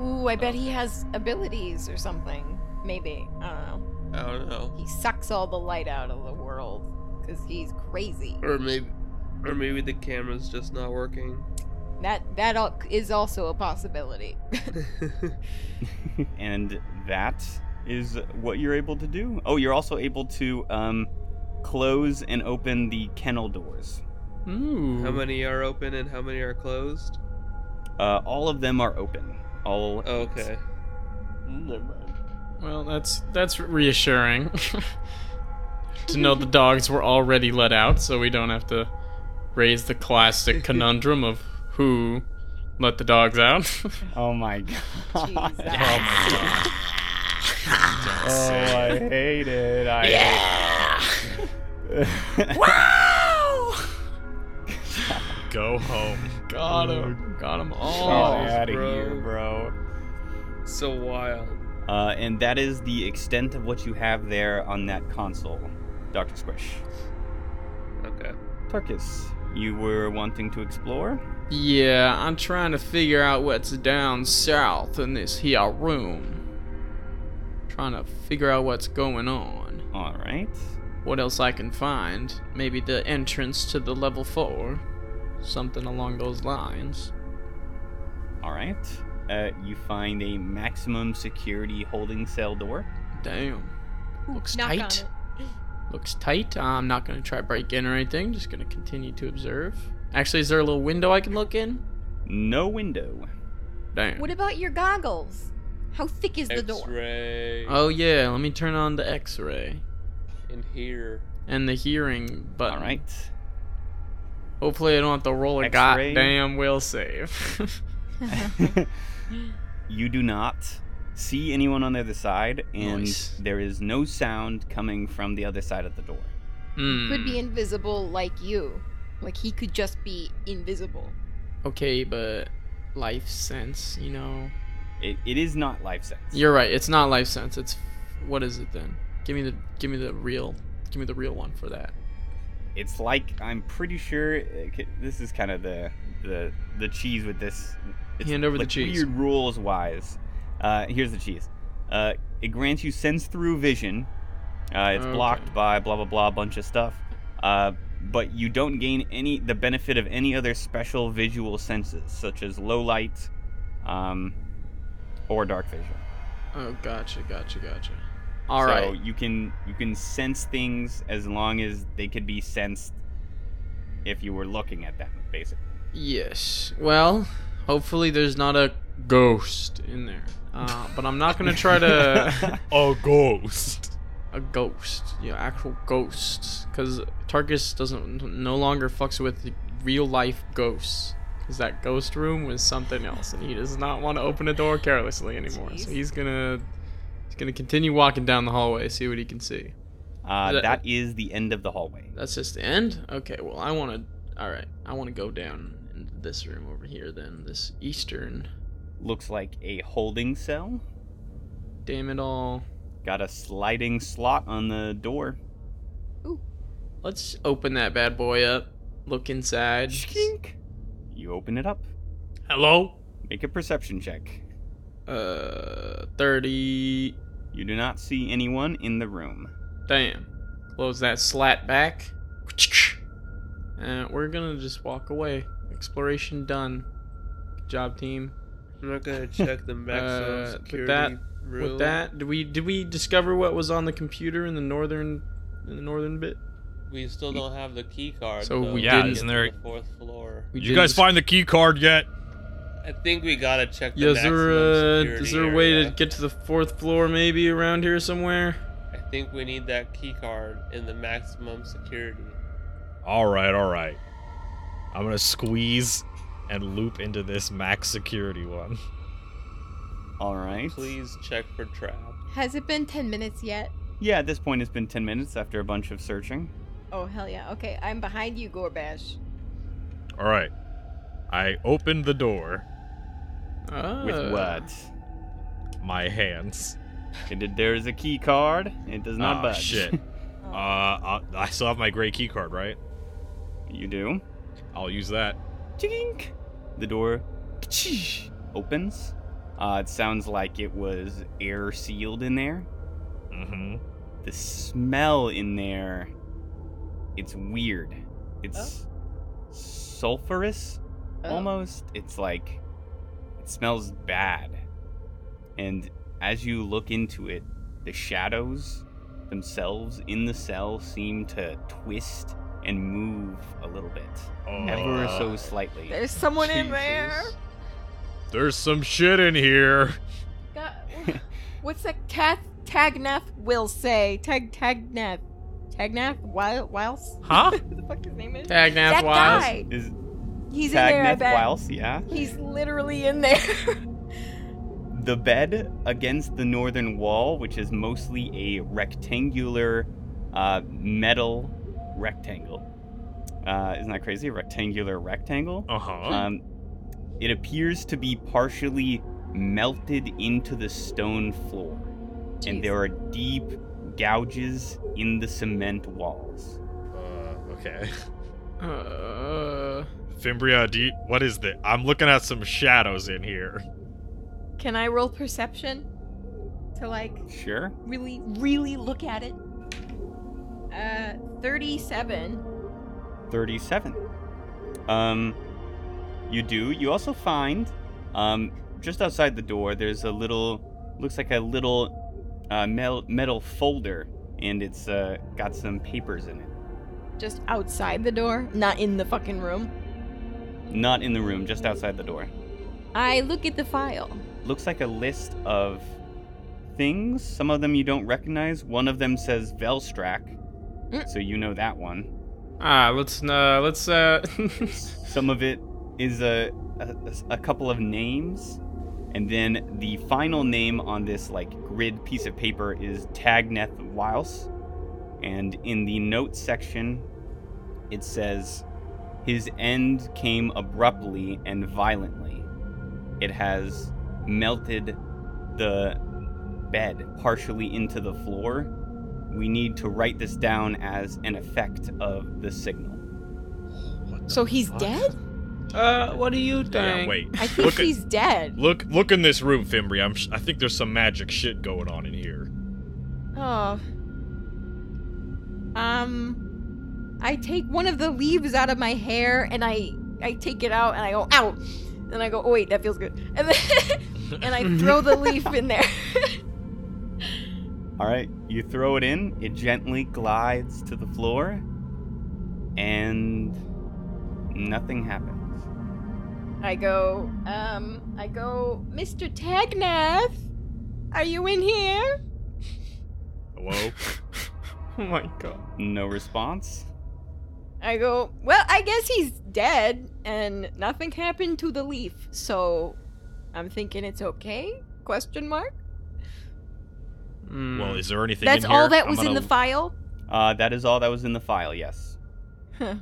S2: Ooh, I bet he has abilities or something. Maybe. I don't know.
S7: I don't know.
S2: He sucks all the light out of the world because he's crazy.
S7: Or maybe or maybe the camera's just not working. [LAUGHS]
S2: That that al- is also a possibility. [LAUGHS]
S3: and that is what you're able to do. Oh, you're also able to um, close and open the kennel doors.
S1: Ooh.
S7: how many are open and how many are closed?
S3: Uh, all of them are open. All
S5: [LAUGHS]
S3: eight.
S7: Okay. Never mind.
S1: Well, that's that's reassuring [LAUGHS] to know the dogs were already let out, so we don't have to raise the classic conundrum of who let the dogs out. [LAUGHS]
S3: Oh my [LAUGHS] god.
S2: Jesus. [LAUGHS]
S3: Oh, I hate it. I [LAUGHS] hate it.
S6: Go home.
S1: got him, got him
S3: Get
S1: all.
S3: out of
S7: bro.
S3: here, bro.
S7: So wild.
S3: Uh, and that is the extent of what you have there on that console, Dr. Squish.
S7: Okay.
S3: Tarkus, you were wanting to explore?
S1: Yeah, I'm trying to figure out what's down south in this here room. Trying to figure out what's going on.
S3: All right.
S1: What else I can find? Maybe the entrance to the level four, something along those lines.
S3: All right. Uh, you find a maximum security holding cell door.
S1: Damn. Looks
S2: Knock on
S1: tight.
S2: it.
S1: Looks tight. I'm not gonna try break in or anything. Just gonna continue to observe. Actually, is there a little window I can look in?
S3: No window.
S1: Damn.
S2: What about your goggles? How thick is the door?
S7: X-ray
S1: oh yeah. Let me turn on the X-ray
S7: in here.
S1: and the hearing button.
S3: All right.
S1: [LAUGHS] Hopefully, I don't have to roll a
S3: X-ray.
S1: goddamn will save. [LAUGHS]
S2: [LAUGHS]
S3: you do not see anyone on the other side, and
S1: Nice.
S3: there is no sound coming from the other side of the door.
S1: Hmm.
S2: Could be invisible like you. Like he could just be invisible.
S1: okay, but life sense. You know.
S3: It, it is not life sense.
S1: You're right. It's not life sense. It's what is it then? Give me the give me the real give me the real one for that.
S3: it's like I'm pretty sure it c- this is kind of the the the cheese with this. It's
S1: Hand over the
S3: like
S1: cheese.
S3: Weird rules wise. Uh, here's the cheese. Uh, it grants you sense through vision. Uh, it's
S1: Okay.
S3: blocked by blah blah blah bunch of stuff. Uh, but you don't gain any the benefit of any other special visual senses such as low light, um, or dark vision.
S1: Oh, gotcha, gotcha, gotcha. All
S3: so
S1: right.
S3: you can you can sense things as long as they could be sensed if you were looking at them, basically.
S1: Yes. Well, hopefully there's not a ghost in there. Uh, but I'm not gonna try
S3: [LAUGHS]
S1: to
S6: A ghost.
S1: a ghost, yeah, actual ghosts, because Tarkus doesn't no longer fucks with real life ghosts. Because that ghost room was something else, and he does not want to open a door carelessly anymore. So
S2: Jeez.
S1: he's gonna he's gonna continue walking down the hallway, see what he can see.
S3: Uh,
S1: Is that-
S3: that is the end of the hallway.
S1: That's just the end. Okay. Well, I want to. All right. I want to go down into this room over here. Then this eastern.
S3: Looks like a holding cell.
S1: Damn it all.
S3: Got a sliding slot on the door.
S1: Let's open that bad boy up. Look inside.
S3: You open it up.
S6: Hello?
S3: Make a perception check.
S1: Uh, thirty.
S3: You do not see anyone in the room.
S1: Damn. Close that slat back. And we're gonna just walk away. Exploration done. Good job, team.
S7: I'm not gonna check the maximum
S1: [LAUGHS] Uh, with
S7: security
S1: that-
S7: room.
S1: With that, did we did we discover what was on the computer in the northern in the northern bit?
S7: we still don't have the key card.
S1: So
S7: though,
S1: we
S7: to
S1: Yeah,
S7: get
S6: isn't
S7: to
S6: there-
S7: the fourth floor?
S1: We
S6: you
S1: did
S6: guys
S1: dis-
S6: find the key card yet?
S7: I think we gotta check the
S1: Yeah, is there, uh,
S7: maximum
S1: is
S7: security
S1: there a way
S7: area.
S1: to get to the fourth floor maybe around here somewhere?
S7: I think we need that key card in the maximum security.
S6: All right, all right. I'm gonna squeeze and loop into this max security one.
S3: All right.
S7: Please check for trap.
S1: Oh,
S2: Has it been 10 minutes yet?
S3: Yeah, at this point it's been 10 minutes after a bunch of searching.
S2: Oh, hell yeah. Okay, I'm behind you, Gorbash.
S6: All right. I open the door.
S3: With
S1: Ah.
S3: what?
S6: My hands.
S3: And There is a key card. It does not
S1: Oh,
S6: Ah,
S2: [LAUGHS]
S3: budge.
S6: shit. Uh, I, I still have my gray key card, right?
S3: [LAUGHS] you do.
S6: I'll use that.
S3: Chink. The door [SNIFFS] opens. Uh, it sounds like it was air sealed in there.
S6: Mm-hmm.
S3: The smell in there, it's weird. It's sulfurous
S2: Oh.
S3: almost. It's like it smells bad. And as you look into it, the shadows themselves in the cell seem to twist and move a little bit,
S6: Oh,
S3: ever
S6: uh,
S3: so slightly.
S2: There's someone in there.
S7: Jesus.
S6: There's some shit in here.
S2: God, what's that cat Tagnef will say? Tag Tagnef. Tagnef? Wi- Wiles? [LAUGHS]
S5: Huh?
S2: What the fuck his name is?
S1: Tag Nath
S2: that
S1: Wiles.
S2: guy.
S3: Is
S2: He's in there, I
S3: Tagneth
S2: bet.
S3: Wiles, yeah.
S2: He's literally in there.
S3: [LAUGHS] The bed against the northern wall, which is mostly a rectangular uh, metal rectangle. Uh, isn't that crazy? A rectangular rectangle?
S6: Uh huh.
S3: Um, it appears to be partially melted into the stone floor, and there are deep gouges in the cement walls.
S6: Uh, okay. [LAUGHS]
S1: Uh,
S6: Fimbria, do you, what is this? I'm looking at some shadows in here.
S2: Can I roll perception? To like
S3: Sure.
S2: really, really look at it? Uh, 37.
S3: 37. Um, you do. You also find, um, just outside the door, there's a little, looks like a little uh, mel- metal folder, and it's uh, got some papers in it.
S2: Just outside the door, not in the fucking room.
S3: Not in the room, just outside the door.
S2: I look at the file.
S3: Looks like a list of things. Some of them you don't recognize. One of them says Velstrak,
S2: Mm.
S3: so you know that one.
S1: ah, let's uh, let's uh, [LAUGHS]
S3: Some of it is a, a a couple of names, and then the final name on this like grid piece of paper is Tagneth Wiles, and in the notes section, it says, "His end came abruptly and violently. It has melted the bed partially into the floor. We need to write this down as an effect of the signal."
S2: So he's dead?
S1: uh, what do you think?
S6: Yeah, wait. [LAUGHS]
S2: I think
S6: Look at-
S2: he's dead.
S6: Look, look in this room, Fimbria. I'm sh- I think there's some magic shit going on in here.
S2: Oh. Um I take one of the leaves out of my hair and I I take it out and I go, ow! Then I go, oh wait, that feels good. And then [LAUGHS] and
S6: [LAUGHS]
S2: I throw the leaf in there.
S3: All right, you throw it in, it gently glides to the floor, and nothing happens.
S2: I go, um, I go, Mr. Tagnath, are you in here?
S6: Hello?
S2: [LAUGHS]
S1: Oh my god.
S3: No response.
S2: I go, well, I guess he's dead, and nothing happened to the leaf, so I'm thinking it's okay? Question mark.
S1: Mm.
S2: Hmm.
S6: Well, is there anything?
S2: That's
S6: in here?
S2: all that
S6: I'm
S2: was in
S6: gonna-
S2: the file.
S3: Uh, that is all that was in the file. Yes.
S2: Well,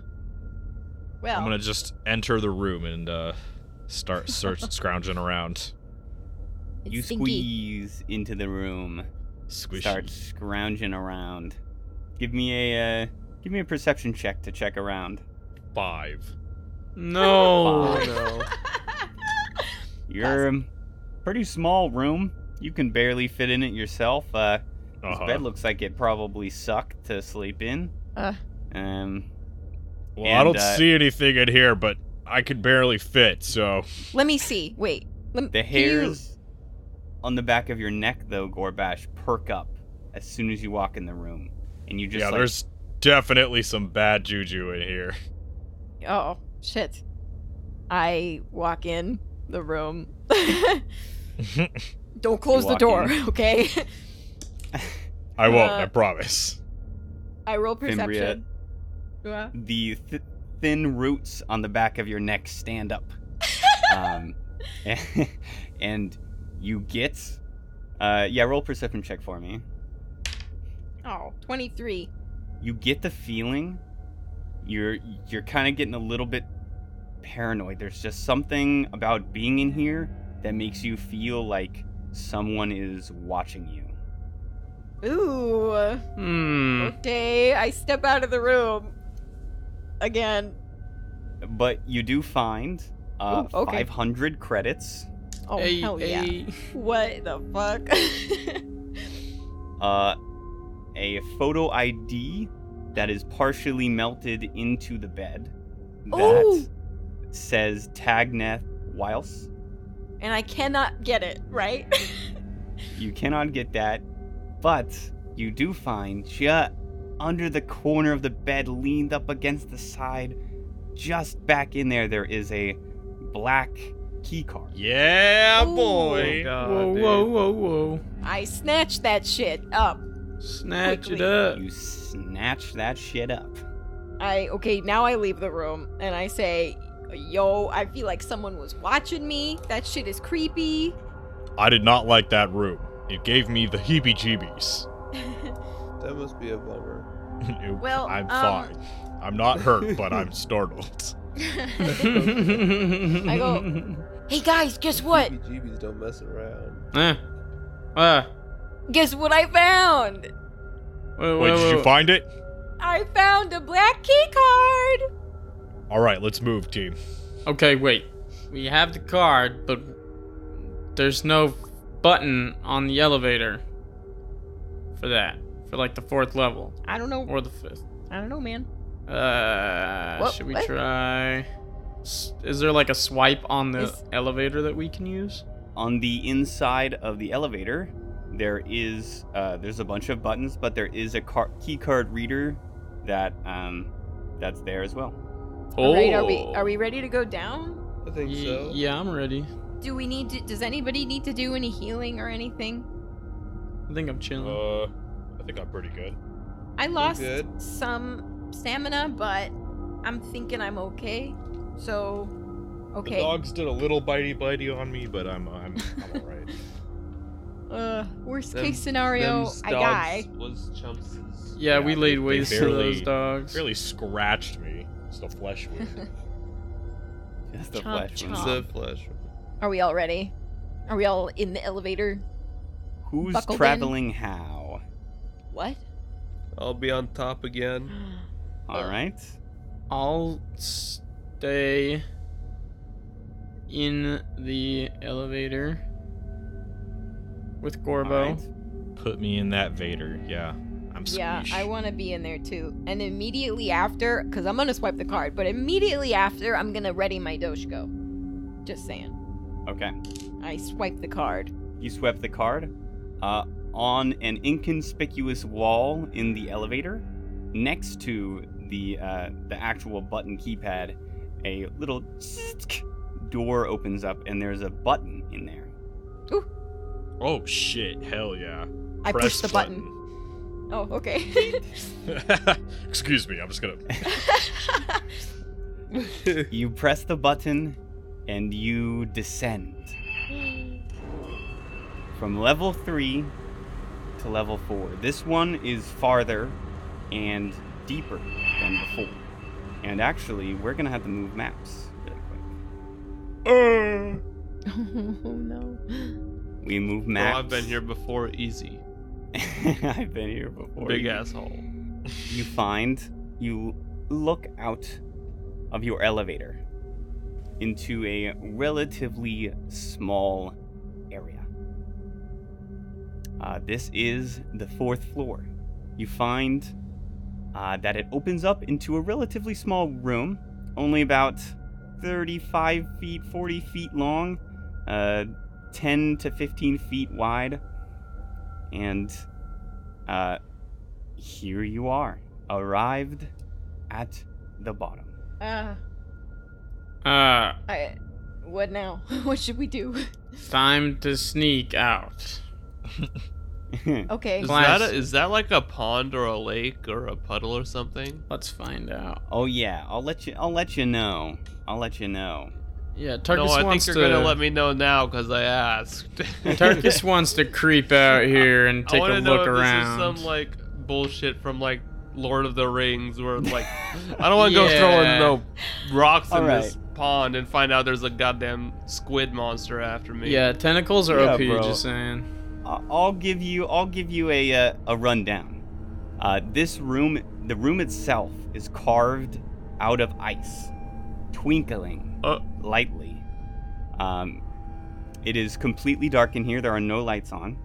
S6: I'm gonna just enter the room and uh, start search, [LAUGHS] scrounging around.
S2: it's
S3: you
S2: stinky.
S3: squeeze into the room.
S6: Squishy.
S3: Start scrounging around. Give me a uh, give me a perception check to check around.
S6: Five.
S1: No.
S6: [LAUGHS]
S3: Five. You're um, pretty small room. You can barely fit in it yourself. Uh, This
S6: Uh-huh.
S3: bed looks like it probably sucked to sleep in.
S2: Uh.
S3: Um,
S6: Well, I
S3: And,
S6: don't
S3: uh,
S6: see anything in here, but I could barely fit. So
S2: [LAUGHS] Let me see. Wait. Lem- can
S3: the
S2: you-
S3: hairs on the back of your neck, though, Gorbash, perk up as soon as you walk in the room, and you just
S6: yeah,
S3: like,
S6: there's definitely some bad juju in here. [LAUGHS]
S2: Oh, shit. I walk in the room. [LAUGHS] Don't close the
S3: walk
S2: door, [LAUGHS]
S3: in.
S2: okay?
S6: I won't.
S2: Uh,
S6: I promise.
S2: I roll perception.
S3: the th- thin roots on the back of your neck stand
S6: [LAUGHS]
S3: up. um, [LAUGHS] and, and you get, uh, yeah, roll perception check for me.
S2: Oh, 23.
S3: you get the feeling you're you're kind of getting a little bit paranoid there's just something about being in here that makes you feel like someone is watching you
S2: Ooh.
S1: Hmm.
S2: Okay, I step out of the room. Again.
S3: but you do find uh,
S2: Ooh, okay.
S3: 500 credits
S2: Oh,
S1: Hey,
S2: hell yeah.
S1: hey.
S2: What the fuck? [LAUGHS]
S3: uh, a photo id that is partially melted into the bed that
S2: Ooh.
S3: says tagneth wiles
S2: and I cannot get it, right?
S3: You cannot get that, but you do find just under the corner of the bed, leaned up against the side, just back in there, there is a black key card.
S4: Yeah,
S2: Ooh.
S4: boy.
S6: Oh,
S1: whoa, whoa, whoa, whoa.
S2: I snatch that shit up.
S1: Snatch it
S2: Quickly.
S1: up.
S3: You snatch that shit up.
S2: I okay, now I leave the room and I say, "Yo, I feel like someone was watching me. That shit is creepy." [LAUGHS]
S6: I did not like that room. It gave me the heebie-jeebies. [LAUGHS]
S7: That must be a bummer.
S6: Nope,
S2: Well,
S6: I'm
S2: um,
S6: fine. I'm not hurt,
S2: [LAUGHS]
S6: but I'm startled.
S2: hey [LAUGHS]
S1: [LAUGHS] I
S2: go- guys, guess what?
S7: GBs don't mess around.
S1: Eh. Uh,
S2: Guess what I found?
S1: wait,
S6: Wait, did you find it?
S2: I found a black key card.
S6: All right, let's move, team.
S1: Okay, wait. We have the card, but there's no button on the elevator for that. For like the fourth level
S2: I don't know.
S1: or the fifth.
S2: I don't know, man.
S1: Uh,
S2: What-
S1: should we
S2: what?
S1: try? S- Is there like a swipe on the
S2: Is-
S1: elevator that we can use?
S3: On the inside of the elevator, there is uh, there's a bunch of buttons, but there is a car- key card reader that um, that's there as well.
S2: All right, are we are we ready to go down?
S7: I think
S1: Oh, Ye-
S7: so.
S1: Yeah, I'm ready.
S2: Do we need to? Does anybody need to do any healing or anything?
S1: I think I'm chilling.
S6: Uh, I think I'm pretty good.
S2: I lost
S7: good?
S2: some stamina, but I'm thinking I'm okay. So,
S4: The
S2: okay.
S4: dogs did a little bitey bitey on me, but I'm I'm, I'm all
S2: [LAUGHS]
S4: right.
S2: Uh, worst
S7: Them-
S2: case scenario,
S7: Them's
S2: I
S7: dogs
S2: die.
S7: Was chumps.
S1: yeah, we
S6: yeah,
S1: laid
S6: they
S1: waste to
S6: barely-
S1: those dogs.
S6: Really scratched me. It's the flesh wound.
S3: Just a
S2: Chomp,
S3: flash.
S2: chomp.
S7: The flesh.
S2: Are we all ready? Are we all in the elevator?
S3: Who's
S2: Buckled in.
S3: traveling how?
S2: What?
S7: I'll be on top [LAUGHS] again.
S3: All right.
S1: I'll stay in the elevator with
S3: all
S1: Gorbo.
S3: right.
S6: Put me in that Vader. Yeah, I'm
S2: Yeah,
S6: squeesh.
S2: I want to be in there too. And immediately after, because I'm gonna swipe the card, but immediately after, I'm gonna ready my Doshko. Just saying.
S3: Okay.
S2: I swipe the card.
S3: You swept the card. Uh, on an inconspicuous wall in the elevator, next to the uh, the actual button keypad, a little [LAUGHS] tsk door opens up, and there's a button in there.
S6: Oh shit! Hell yeah!
S2: I push
S6: Press
S2: the button. Oh, okay.
S6: [LAUGHS] Excuse me, I'm just gonna.
S7: Oh,
S3: You press the button and you descend from level 3 to level 4. This one is farther and deeper than before. And actually, we're going to have to move maps really quick.
S2: oh [LAUGHS] no.
S3: We move
S5: No,
S3: maps.
S5: I've been here before. Easy.
S3: [LAUGHS] I've been here before.
S5: Big
S3: You-
S5: asshole.
S3: You find you look out of your elevator into a relatively small area. Uh, this is the fourth floor. You find uh, that it opens up into a relatively small room, only about 35 feet, 40 feet long, uh, 10 to 15 feet wide, and uh, here you are, arrived at the bottom.
S2: [LAUGHS]
S3: [LAUGHS]
S2: Uh,
S1: Uh,
S2: I, what now? [LAUGHS] what should we do?
S1: time to sneak out.
S2: Okay.
S5: Is
S1: Glass.
S5: that, a, is that like a pond or a lake or a puddle or something?
S1: Let's find out.
S3: oh yeah, I'll let you. I'll let you know. I'll let you know.
S1: Yeah, Turkus
S5: no, I think
S1: wants
S5: you're
S1: to.
S5: gonna let me know now because
S1: [LAUGHS]
S5: I asked.
S3: [LAUGHS]
S1: Turkus wants to creep out here and
S5: [LAUGHS] I
S1: take
S5: want
S1: a
S5: to know
S1: look
S5: if
S1: around.
S5: this is some like bullshit from like Lord of the Rings,
S1: [LAUGHS]
S5: where like I don't want to go throwing
S1: Yeah.
S5: no rocks in
S3: All right.
S5: this pond and find out there's a goddamn squid monster after me.
S1: yeah, tentacles are
S3: Yeah,
S1: OP.
S3: bro.
S1: Just saying.
S3: I- I'll give you. I'll give you a uh, a rundown. Uh, this room, the room itself, is carved out of ice, twinkling
S5: Uh.
S3: lightly. Um, it is completely dark in here. There are no lights on.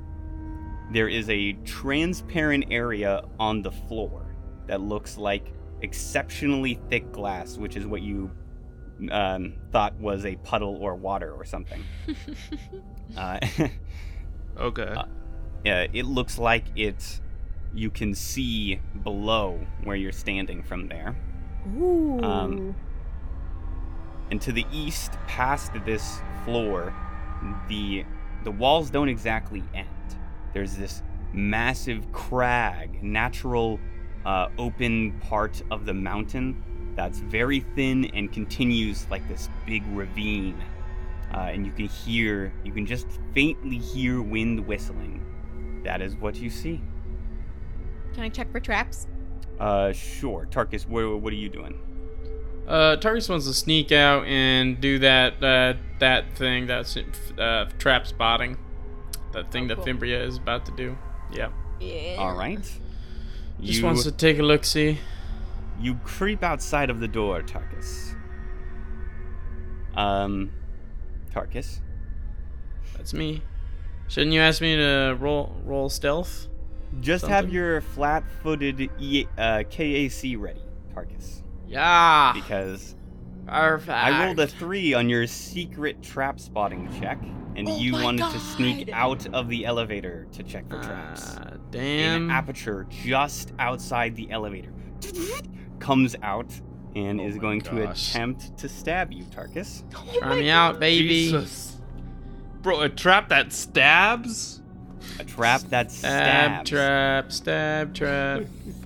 S3: There is a transparent area on the floor that looks like exceptionally thick glass, which is what you um, thought was a puddle or water or something. uh, [LAUGHS]
S5: Okay.
S3: uh, it looks like it you can see below where you're standing from there
S2: Ooh.
S3: Um, and to the east past this floor the the walls don't exactly end there's this massive crag natural uh, open part of the mountain that's very thin and continues like this big ravine uh, and you can hear you can just faintly hear wind whistling that is what you see
S2: Can I check for traps?
S3: Uh, sure. Tarkus, what, what are you doing?
S1: Uh, Targus wants to sneak out and do that uh, that thing that's uh, trap spotting, that thing
S2: Oh,
S1: that
S2: cool.
S1: Fimbria is about to do. Yeah,
S2: Yeah.
S3: All right.
S1: just
S3: You,
S1: wants to take a look. See,
S3: you creep outside of the door, Tarkus. Um, Tarkus?
S1: that's me. Shouldn't you ask me to roll roll stealth?
S3: Just have
S1: Something.
S3: your flat footed e- uh, KAC ready, Tarkus.
S2: Ah.
S1: Yeah,
S3: Because
S1: perfect.
S3: I rolled a three on your secret trap spotting check, and
S2: Oh
S3: you
S2: my
S3: wanted to sneak
S2: God.
S3: out of the elevator to check for traps.
S1: Ah,
S3: an
S1: damn.
S3: aperture just outside the elevator comes out and
S4: Oh
S3: is
S4: my
S3: going to
S4: gosh.
S3: attempt to stab you, Tarkus.
S1: Try me out, baby.
S5: Jesus. Bro, a trap that stabs?
S3: A trap that
S1: Stab
S3: stabs.
S1: trap, stab trap.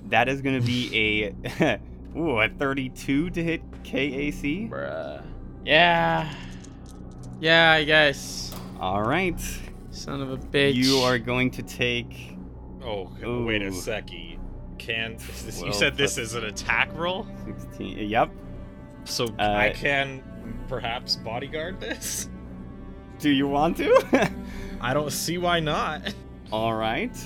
S3: That is going to be a [LAUGHS] ooh a 32 to hit KAC.
S1: Bruh. Yeah. Yeah, I guess.
S3: All right,
S1: Son of a bitch.
S3: you are going to take.
S6: Oh, wait
S3: Ooh.
S6: a second. Can is this, you
S3: Well,
S6: said this
S3: but-
S6: is an attack roll?
S3: 16. Yep,
S6: So I
S3: Uh,
S6: can perhaps bodyguard this. [LAUGHS]
S3: do you want to? [LAUGHS]
S6: I don't see why not.
S3: All right.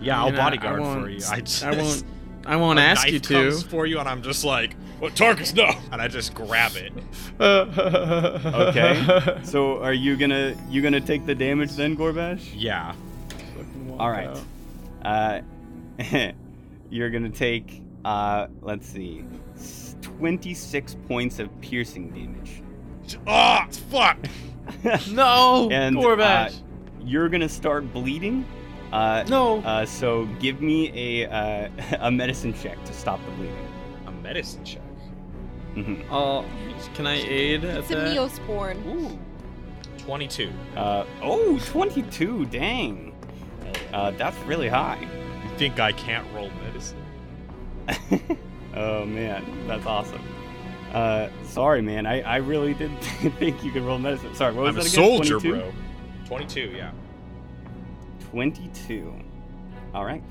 S6: Yeah,
S1: I
S6: I'll
S1: mean, I- I
S6: bodyguard for
S1: won't-
S6: you. I, just,
S1: I
S6: [LAUGHS]
S1: won't. I won't
S6: a
S1: ask
S6: knife
S1: you
S6: comes [LAUGHS]
S1: to.
S6: for you, and I'm just like, well, Tarkus, no!" And I just grab it.
S4: [LAUGHS]
S1: okay.
S3: So are you gonna you gonna take the damage then, Gorbash?
S6: Yeah.
S3: All right. Uh, [LAUGHS] you're gonna take uh, let's see, s- 26 points of piercing damage.
S6: Ah, fuck!
S1: [LAUGHS] No,
S3: And,
S1: and,
S3: You're gonna start bleeding. Uh,
S1: no.
S3: uh, so give me a uh, [LAUGHS] a medicine check to stop the bleeding.
S6: A medicine check.
S3: Mhm.
S6: Uh,
S1: I'll- Uh, can I aid at
S2: It's a
S1: that?
S3: Mm-hmm.
S2: Neosporin.
S6: Ooh. 22.
S3: Uh, oh, 22, dang. Uh, that's really high.
S6: think I can't roll medicine.
S3: oh man, that's awesome. Uh, sorry, man. I, I really did [LAUGHS] think you could roll medicine. Sorry, what was
S6: I'm a
S3: that again?
S6: soldier,
S3: 22?
S6: bro. 22, yeah.
S3: 22. All right.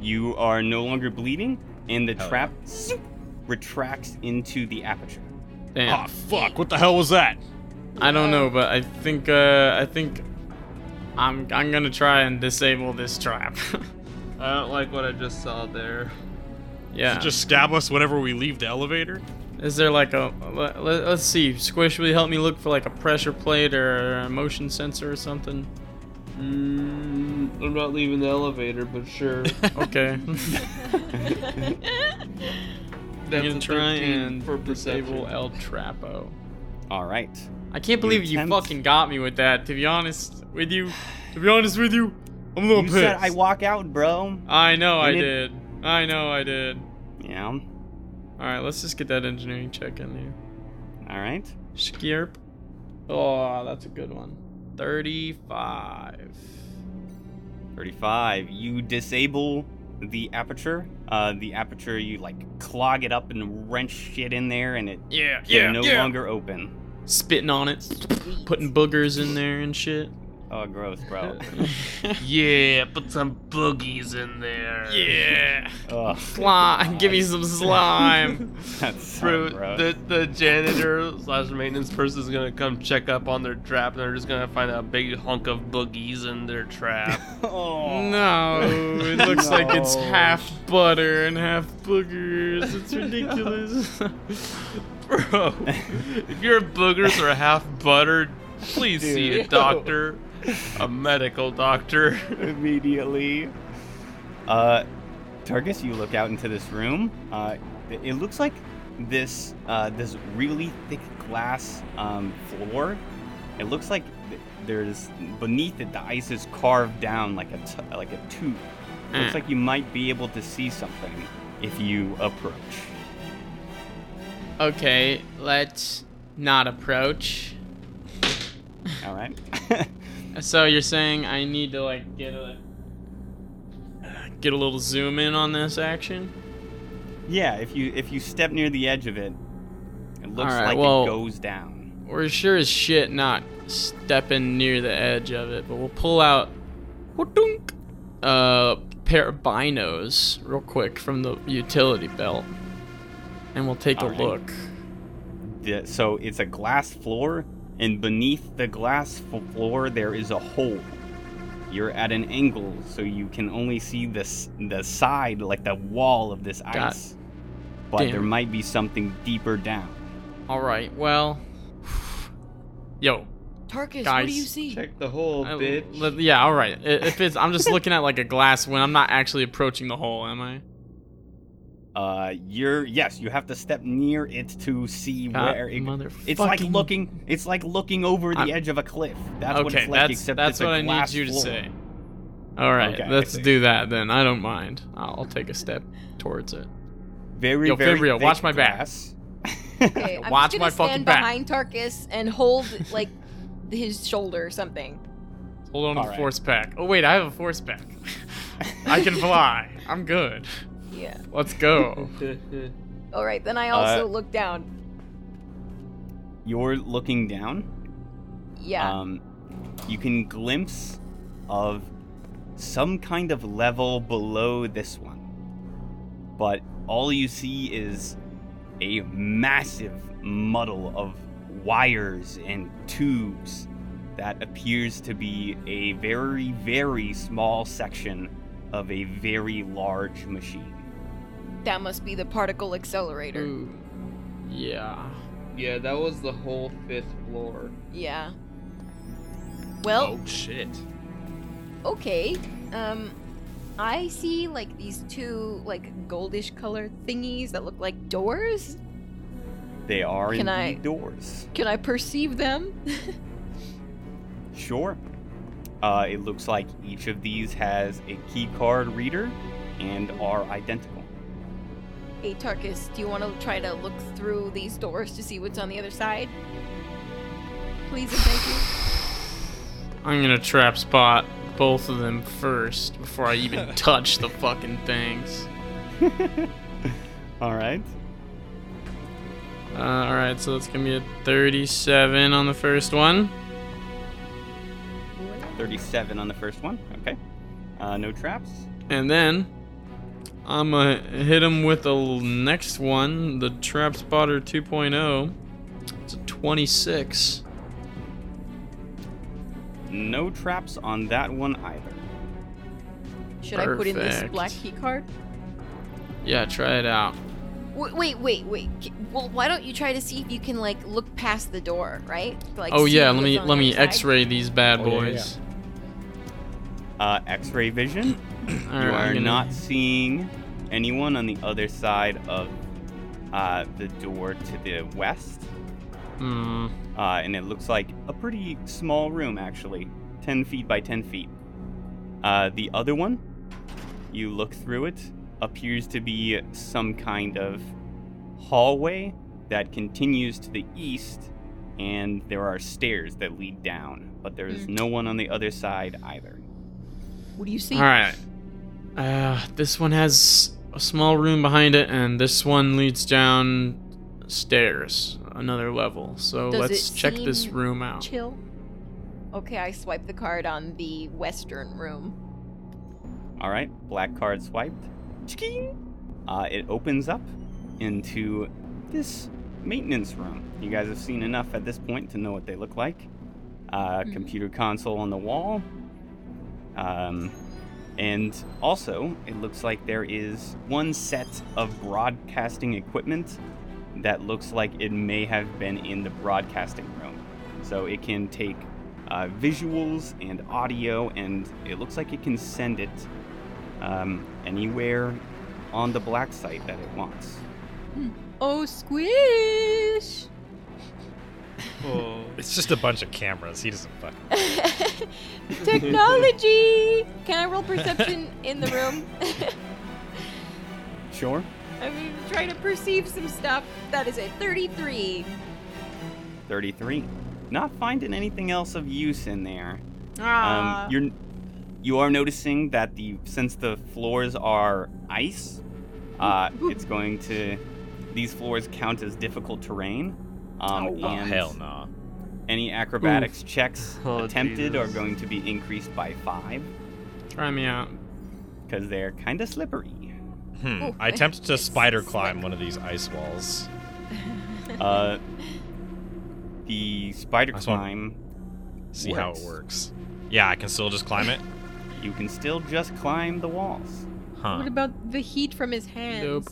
S3: You are no longer bleeding, and the
S6: Hell
S3: trap zoop, retracts into the aperture.
S6: Ah,
S1: Damn.
S6: fuck. What the hell was that?
S1: I don't know, but I think uh, I think I'm I'm gonna try and disable this trap. [LAUGHS]
S7: I don't like what I just saw there.
S1: yeah.
S6: Just stab us whenever we leave the elevator?
S1: Is there like a let, let- let's see, Squish, will you help me look for like a pressure plate or a motion sensor or something?
S7: Mm, I'm not leaving the elevator, but sure.
S1: [LAUGHS] Okay. I'm
S7: That's
S1: gonna
S7: a
S1: try
S7: 13
S1: and
S7: for
S1: disable
S7: perception.
S1: El Trapo.
S3: All right.
S1: I can't believe you
S3: attempt-
S1: fucking got me with that. To be honest with you, to be honest with you, I'm a little
S3: You
S1: pissed.
S3: said I walk out, bro.
S1: I know I
S3: and it-
S1: did. I know I did.
S3: Yeah. All
S1: All right, let's just get that engineering check in there.
S3: right.
S1: Skirp. Oh, that's a good one. 35.
S3: 35. You disable the aperture. Uh, the aperture, you like clog it up and wrench shit in there, and it
S1: Yeah,
S3: can no longer open.
S1: Spitting on it, putting boogers in there and shit.
S3: Oh, gross,
S1: [LAUGHS]
S3: bro.
S7: Yeah, put some boogies in there.
S1: Yeah.
S3: Ugh, [LAUGHS]
S1: Slime. Give me some slime.
S3: that's so
S7: Bro,
S3: gross.
S7: the, the janitor slash maintenance person is gonna come check up on their trap, and they're just gonna find a big hunk of boogies in their
S1: [LAUGHS]
S7: trap.
S3: [LAUGHS] Oh.
S1: No, it looks like it's
S3: No.
S1: half butter and half boogers. It's ridiculous. [LAUGHS]
S7: Bro,
S3: [LAUGHS]
S7: if your boogers are half buttered, please see a
S1: [LAUGHS]
S7: doctor, a medical doctor.
S3: [LAUGHS] immediately. Uh, Targus, you look out into this room. Uh, it it looks like this uh, this really thick glass um, floor. It looks like th- there's beneath it the ice is carved down like a t- like a tooth. It looks
S1: Mm.
S3: like you might be able to see something if you approach.
S1: okay, let's not approach.
S3: All right. [LAUGHS]
S1: So you're saying I need to like get a get a little zoom in on this action?
S3: yeah, if you if you step near the edge of it, it looks
S1: right,
S3: like
S1: well-
S3: it goes down.
S1: We're sure as shit not stepping near the edge of it, but we'll pull out whoop-dunk, uh pair of binos real quick from the utility belt. And we'll take a
S3: Alright.
S1: look.
S3: the, so it's a glass floor and beneath the glass f- floor there is a hole you're at an angle so you can only see this the side like the wall of this
S1: God
S3: ice but
S1: damn.
S3: there might be something deeper down
S1: Alright, well Yo,
S2: [LAUGHS] Tarkus, what do
S1: Guys,
S2: you see?
S7: Check the hole,
S1: I-
S7: bitch.
S1: let- yeah, all right. I- If it's, I'm just looking at like a glass when I'm not actually approaching the hole, am I?
S3: uh you're yes you have to step near it to see
S1: God,
S3: where it
S1: mother
S3: it's like
S1: fucking-
S3: looking it's like looking over the
S1: I'm-
S3: edge of a cliff that's what
S1: okay,
S3: it's like
S1: that's
S3: except
S1: that's
S3: it's a
S1: what I need
S3: glass
S1: you to
S3: floor.
S1: say. All right,
S3: Okay, I
S1: let's
S3: see.
S1: do that then. I don't mind. I'll, I'll take a step towards it.
S3: very
S1: Yo,
S3: very
S1: Fabrio,
S3: thick
S1: watch my back.
S3: glass.
S2: Okay, I'm
S1: Watch
S2: just gonna
S1: my fucking
S2: stand
S1: back.
S2: behind Tarkus and hold like his shoulder or something.
S1: Hold on to
S3: All
S1: the
S3: right.
S1: force pack. Oh wait, I have a force
S3: [LAUGHS]
S1: pack. I can fly. I'm good.
S2: Yeah.
S1: Let's go.
S2: All right, then I
S3: Uh,
S2: also look down.
S3: you're looking down
S2: Yeah.
S1: uh,
S3: um, you can glimpse of some kind of level below this one but all you see is a massive muddle of wires and tubes that appears to be a very very small section of a very large machine
S2: that must be the particle accelerator.
S1: Ooh. Yeah.
S7: yeah, that was the whole fifth floor.
S2: Yeah.
S6: Oh,
S2: Well,
S4: shit.
S1: Oh.
S2: okay. Um I see like these two like goldish colored thingies that look like doors.
S3: they are
S2: Can
S3: indeed
S2: I-
S3: doors
S2: Can I perceive them? [LAUGHS]
S3: Sure. Uh, it looks like each of these has a key card reader and are identical. [LAUGHS]
S2: hey Tarkus, do you want to try to look through these doors to see what's on the other side? Please and thank you.
S1: I'm gonna trap spot. both of them first before I even touch the fucking things.
S3: All right.
S1: Uh, all right, so that's gonna be a 37 on the first one.
S3: 37 on the first one. Okay. Uh, no traps.
S1: And then I'm gonna hit him with the l- next one, the Trap Spotter 2.0. It's a 26.
S3: No traps on that one either.
S2: Should I put in this
S1: Perfect.
S2: black key card?
S1: Yeah, try it out.
S2: Wait, wait, wait, wait. K- Well, why don't you try to see if you can like look past the door, right? Like.
S1: oh
S2: see
S1: yeah,
S2: what's
S1: let me
S2: on
S1: let
S2: the
S1: me
S2: other side?
S1: X-ray these bad
S6: Oh, yeah, yeah,
S1: boys.
S3: Uh, X-ray vision.
S1: All
S3: you
S1: right, I'm
S3: are
S1: gonna-
S3: not seeing anyone on the other side of uh, the door to the west.
S1: Hmm.
S3: Uh, and it looks like a pretty small room, actually 10 feet by 10 feet. Uh, the other one, you look through it, appears to be some kind of hallway that continues to the east, and there are stairs that lead down, but there is no one on the other side either.
S2: What do you see?
S1: All right. Uh, this one has a small room behind it, and this one leads down stairs, another level. So
S2: Does
S1: let's
S2: it
S1: check this
S2: seem
S1: room out.
S2: Chill. Okay, I swipe the card on the western room.
S3: All right, black card swiped. Ching! Uh, it opens up into this maintenance room. You guys have seen enough at this point to know what they look like. Uh,
S2: Mhm.
S3: Computer console on the wall. Um, and also, it looks like there is one set of broadcasting equipment that looks like it may have been in the broadcasting room. So it can take uh, visuals and audio, and it looks like it can send it um, anywhere on the black site that it wants.
S2: Oh, squish!
S7: Oh.
S6: It's just a bunch of cameras. He doesn't fucking.
S2: [LAUGHS] Technology! Can I roll perception in the room?
S3: Sure.
S2: I'm trying to perceive some stuff. That is a 33.
S3: 33. Not finding anything else of use in there.
S2: Ah.
S3: Um, you're you are noticing that the since the floors are ice, uh, it's going to these floors count as difficult terrain.
S2: Oh,
S3: Um, and
S6: Oh, Hell nah.
S3: Any acrobatics checks
S7: Oh,
S3: attempted are
S7: Jesus.
S3: going to be increased by five
S1: Try me out.
S3: because they're kind of slippery.
S6: Hmm.
S2: Ooh,
S6: I attempt to
S2: it's
S6: spider
S2: slick.
S6: climb one of these ice walls.
S3: Uh, the spider
S6: I just wanna-
S3: climb,
S6: See how it
S3: Works.
S6: works. Yeah, I can still just
S2: [LAUGHS]
S6: climb it.
S3: you can still just climb the walls.
S6: Huh.
S2: about the heat from his hands?
S1: Nope.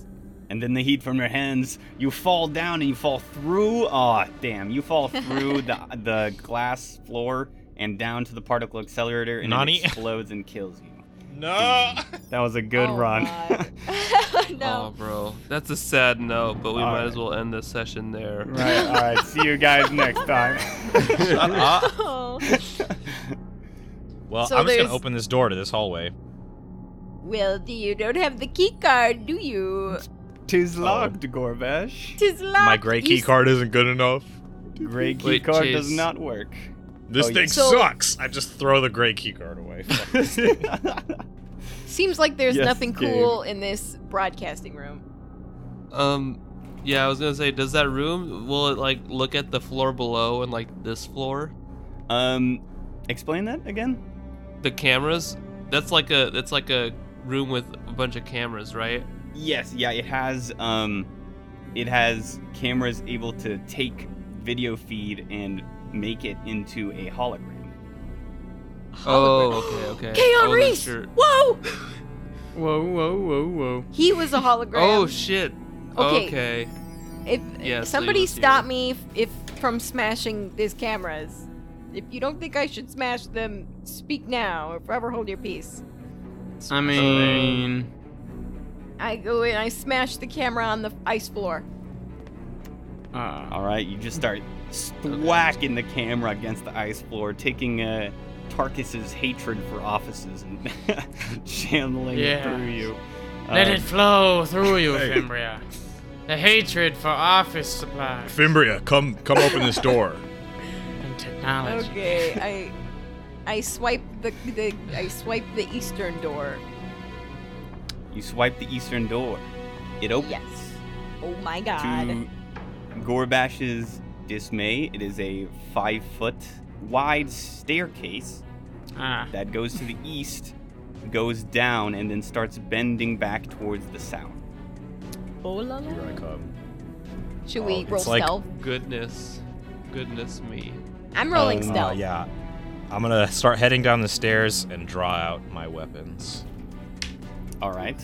S3: and then the heat from your hands. You fall down and you fall through. Aw, damn! You
S2: [LAUGHS]
S3: fall through the the glass floor and down to the particle accelerator, and
S6: Nani?
S3: it explodes and kills you.
S2: [LAUGHS]
S6: No.
S3: That was a good
S2: Oh [LAUGHS]
S3: run.
S2: my.
S5: Oh,
S2: [LAUGHS] no.
S5: bro.
S7: That's a sad note, but we
S3: All
S7: might
S3: right.
S7: as well end this session there.
S3: right. All right. See you
S2: [LAUGHS]
S3: guys next time.
S7: Um,
S2: Oh.
S6: Well,
S2: So
S6: I'm just
S2: there's-
S6: gonna open this door to this hallway.
S2: [LAUGHS] Well, do you don't have the key card, do you?
S3: Tis locked, Gorbash.
S2: Tis locked.
S6: My gray key
S2: You
S6: card isn't good enough.
S3: Gray key
S7: Wait,
S3: card
S7: Chase.
S3: does not work. [LAUGHS]
S6: This
S3: Oh, yeah.
S6: thing
S2: So-
S6: sucks. I just throw the gray key card away. [LAUGHS] Fuck this thing.
S2: Seems like there's
S3: Yes,
S2: nothing
S3: Dave.
S2: cool in this broadcasting room.
S7: Um, yeah, I was gonna say, does that room will it like look at the floor below and like this floor?
S3: um, explain that again.
S7: The cameras? That's like a that's like a room with a bunch of cameras, right?
S3: Yes. Yeah. It has um, it has cameras able to take video feed and make it into a hologram.
S7: Oh,
S2: Hologram.
S7: okay, okay. I
S2: Keon
S7: wasn't
S2: Reese!
S7: sure.
S2: Whoa!
S1: Whoa, whoa, whoa, whoa.
S2: He was a hologram.
S7: Oh shit.
S2: Okay.
S7: Okay.
S2: If
S7: Yeah, so he
S2: somebody
S7: was here.
S2: stop me if, if from smashing these cameras. If you don't think I should smash them, speak now or forever hold your peace.
S3: Uh,
S1: I
S7: Um,
S1: mean,
S2: I go in, I smash the camera on the ice floor.
S1: uh,
S3: All right, you just start whacking the camera against the ice floor, taking uh, Tarkus's hatred for offices and [LAUGHS] channeling it
S1: Yeah.
S3: through you.
S1: let
S3: Um,
S1: it flow through
S3: [LAUGHS]
S1: you, Fimbria. The hatred for office supplies
S6: Fimbria, come come open this door.
S1: and technology.
S2: Okay, I I swipe the, the I swipe the eastern door.
S3: You swipe the eastern door. It opens.
S2: Yes. Oh my god.
S3: To Gorbash's dismay, it is a five foot wide staircase
S1: Ah,
S3: that goes to the east, goes down, and then starts bending back towards the south.
S5: Oh,
S6: Here I come.
S2: Should we
S6: Oh,
S2: roll
S6: it's like-
S2: stealth?
S5: Goodness, goodness me.
S2: I'm rolling
S6: Um, uh,
S2: stealth.
S6: yeah. I'm gonna start heading down the stairs and draw out my weapons.
S3: All right.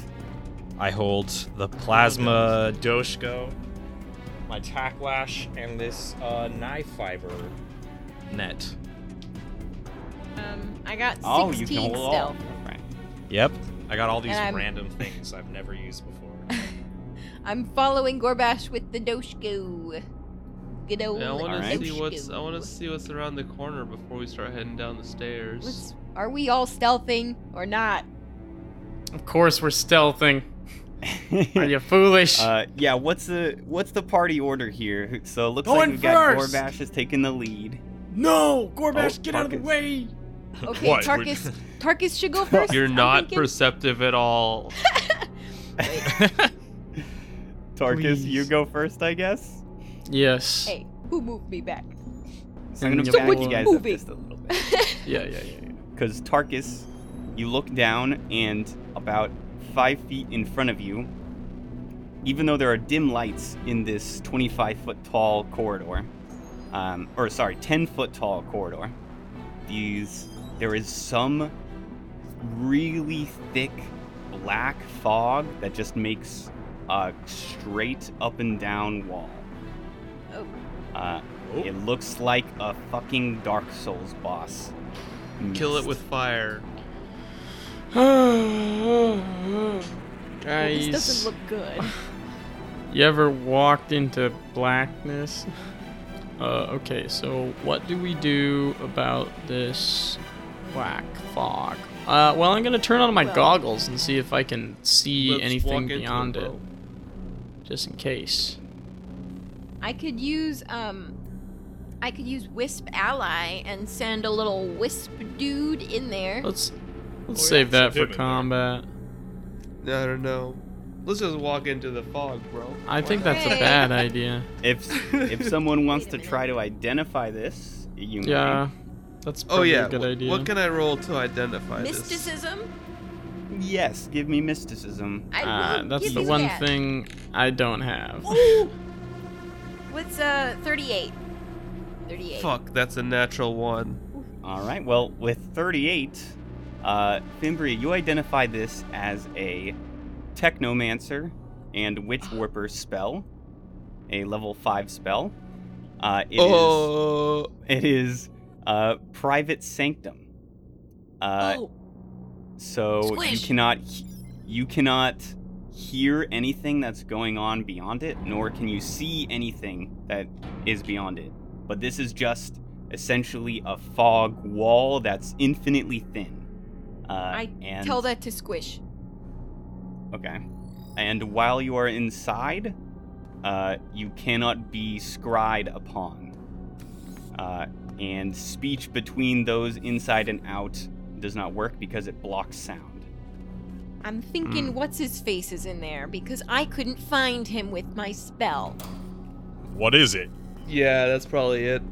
S6: I hold the plasma doshko, my tacklash, and this uh, knife fiber net.
S2: Um, I got 16
S3: Oh, you can hold all.
S2: stealth.
S3: Right.
S6: Yep. I got all these
S2: And I'm-
S6: random things I've never used
S2: [LAUGHS]
S6: before.
S2: I'm following Gorbash with the Doshko. Good old
S5: Yeah, I want
S3: Alright.
S5: to see what's I
S2: Doshko.
S5: want to see what's around the corner before we start heading down the stairs.
S2: Let's- Are we all stealthing or
S6: [LAUGHS]
S2: not?
S1: of course we're stealthing. Are you foolish?
S3: [LAUGHS] Uh, yeah, what's the what's the party order here? So it looks
S1: Go
S3: like
S1: in
S3: we've got
S1: first!
S3: Gorbash is taking the lead.
S1: no, Gorbash,
S3: oh,
S1: get out of the
S3: Tarkus.
S1: way.
S2: Okay,
S7: What?
S2: Tarkus. Tarkus should go first.
S5: [LAUGHS] You're
S2: I'm
S5: not
S2: thinking.
S5: perceptive at all.
S3: Tarkus, you
S1: Please.
S3: go first, I guess.
S1: Yes.
S2: Hey, who moved me back?
S3: So I'm gonna
S1: So
S3: back
S1: what's
S3: you guys up
S2: moving?
S3: just a little bit.
S1: Yeah, yeah, yeah.
S3: Because Tarkus, you look down and about five feet in front of you, even though there are dim lights in this 25 foot tall corridor, um, or sorry, 10 foot tall corridor, these there is some really thick black fog that just makes a straight up and down wall.
S2: Oh.
S3: Uh, It
S5: Oh.
S3: looks like a fucking Dark Souls boss.
S5: Kill it
S3: Mist.
S5: with fire.
S1: [GASPS]
S2: Well, this doesn't
S1: Guys,
S2: look good.
S1: you ever walked into blackness? Uh, okay, so what do we do about this black fog? Uh, well, I'm gonna turn on my
S2: Well-
S1: goggles and see if I can see
S5: Let's walk
S1: anything
S5: into
S1: beyond it,
S5: bro.
S1: just in case.
S2: [LAUGHS] I could use um, I could use Wisp Ally and send a little Wisp dude in there.
S1: Let's let's
S2: Oh,
S5: yeah,
S1: save that
S6: save
S1: for
S6: him in there.
S1: combat.
S5: I don't know. Let's just walk into the fog, bro.
S1: I think that's a
S2: Hey.
S1: bad
S2: [LAUGHS]
S1: idea.
S3: If if someone wants
S2: Wait a
S3: to
S2: minute.
S3: try to identify this, you
S1: Yeah, that's
S5: Oh
S1: probably
S5: yeah.
S1: a good
S5: wh-
S1: idea.
S5: What can I roll to identify this?
S2: Mysticism.
S3: may. Yes, give me mysticism.
S2: I
S1: Uh,
S2: will
S1: that's
S2: give
S1: the
S2: you
S1: one
S2: that.
S1: thing I don't have.
S2: Ooh. What's uh 38? 38.
S5: Fuck, that's a natural one.
S3: All right. Well, with 38, uh, Fimbria, you identify this as a technomancer
S2: [GASPS]
S3: and witch warper spell, a level five spell. Uh, it is
S5: oh,
S3: it is uh, private sanctum. Uh,
S2: oh,
S3: so you
S2: Squish.
S3: cannot he- you cannot hear anything that's going on beyond it nor can you see anything that is beyond it but this is just essentially a fog wall that's infinitely thin uh,
S2: I
S3: and,
S2: tell that to Squish.
S3: okay and while you are inside uh, you cannot be scried upon uh, and speech between those inside and out does not work because it blocks sound
S2: I'm thinking
S3: Hmm.
S2: what's his face is in there because I couldn't find him with my spell.
S6: What is it?
S5: yeah, that's probably it.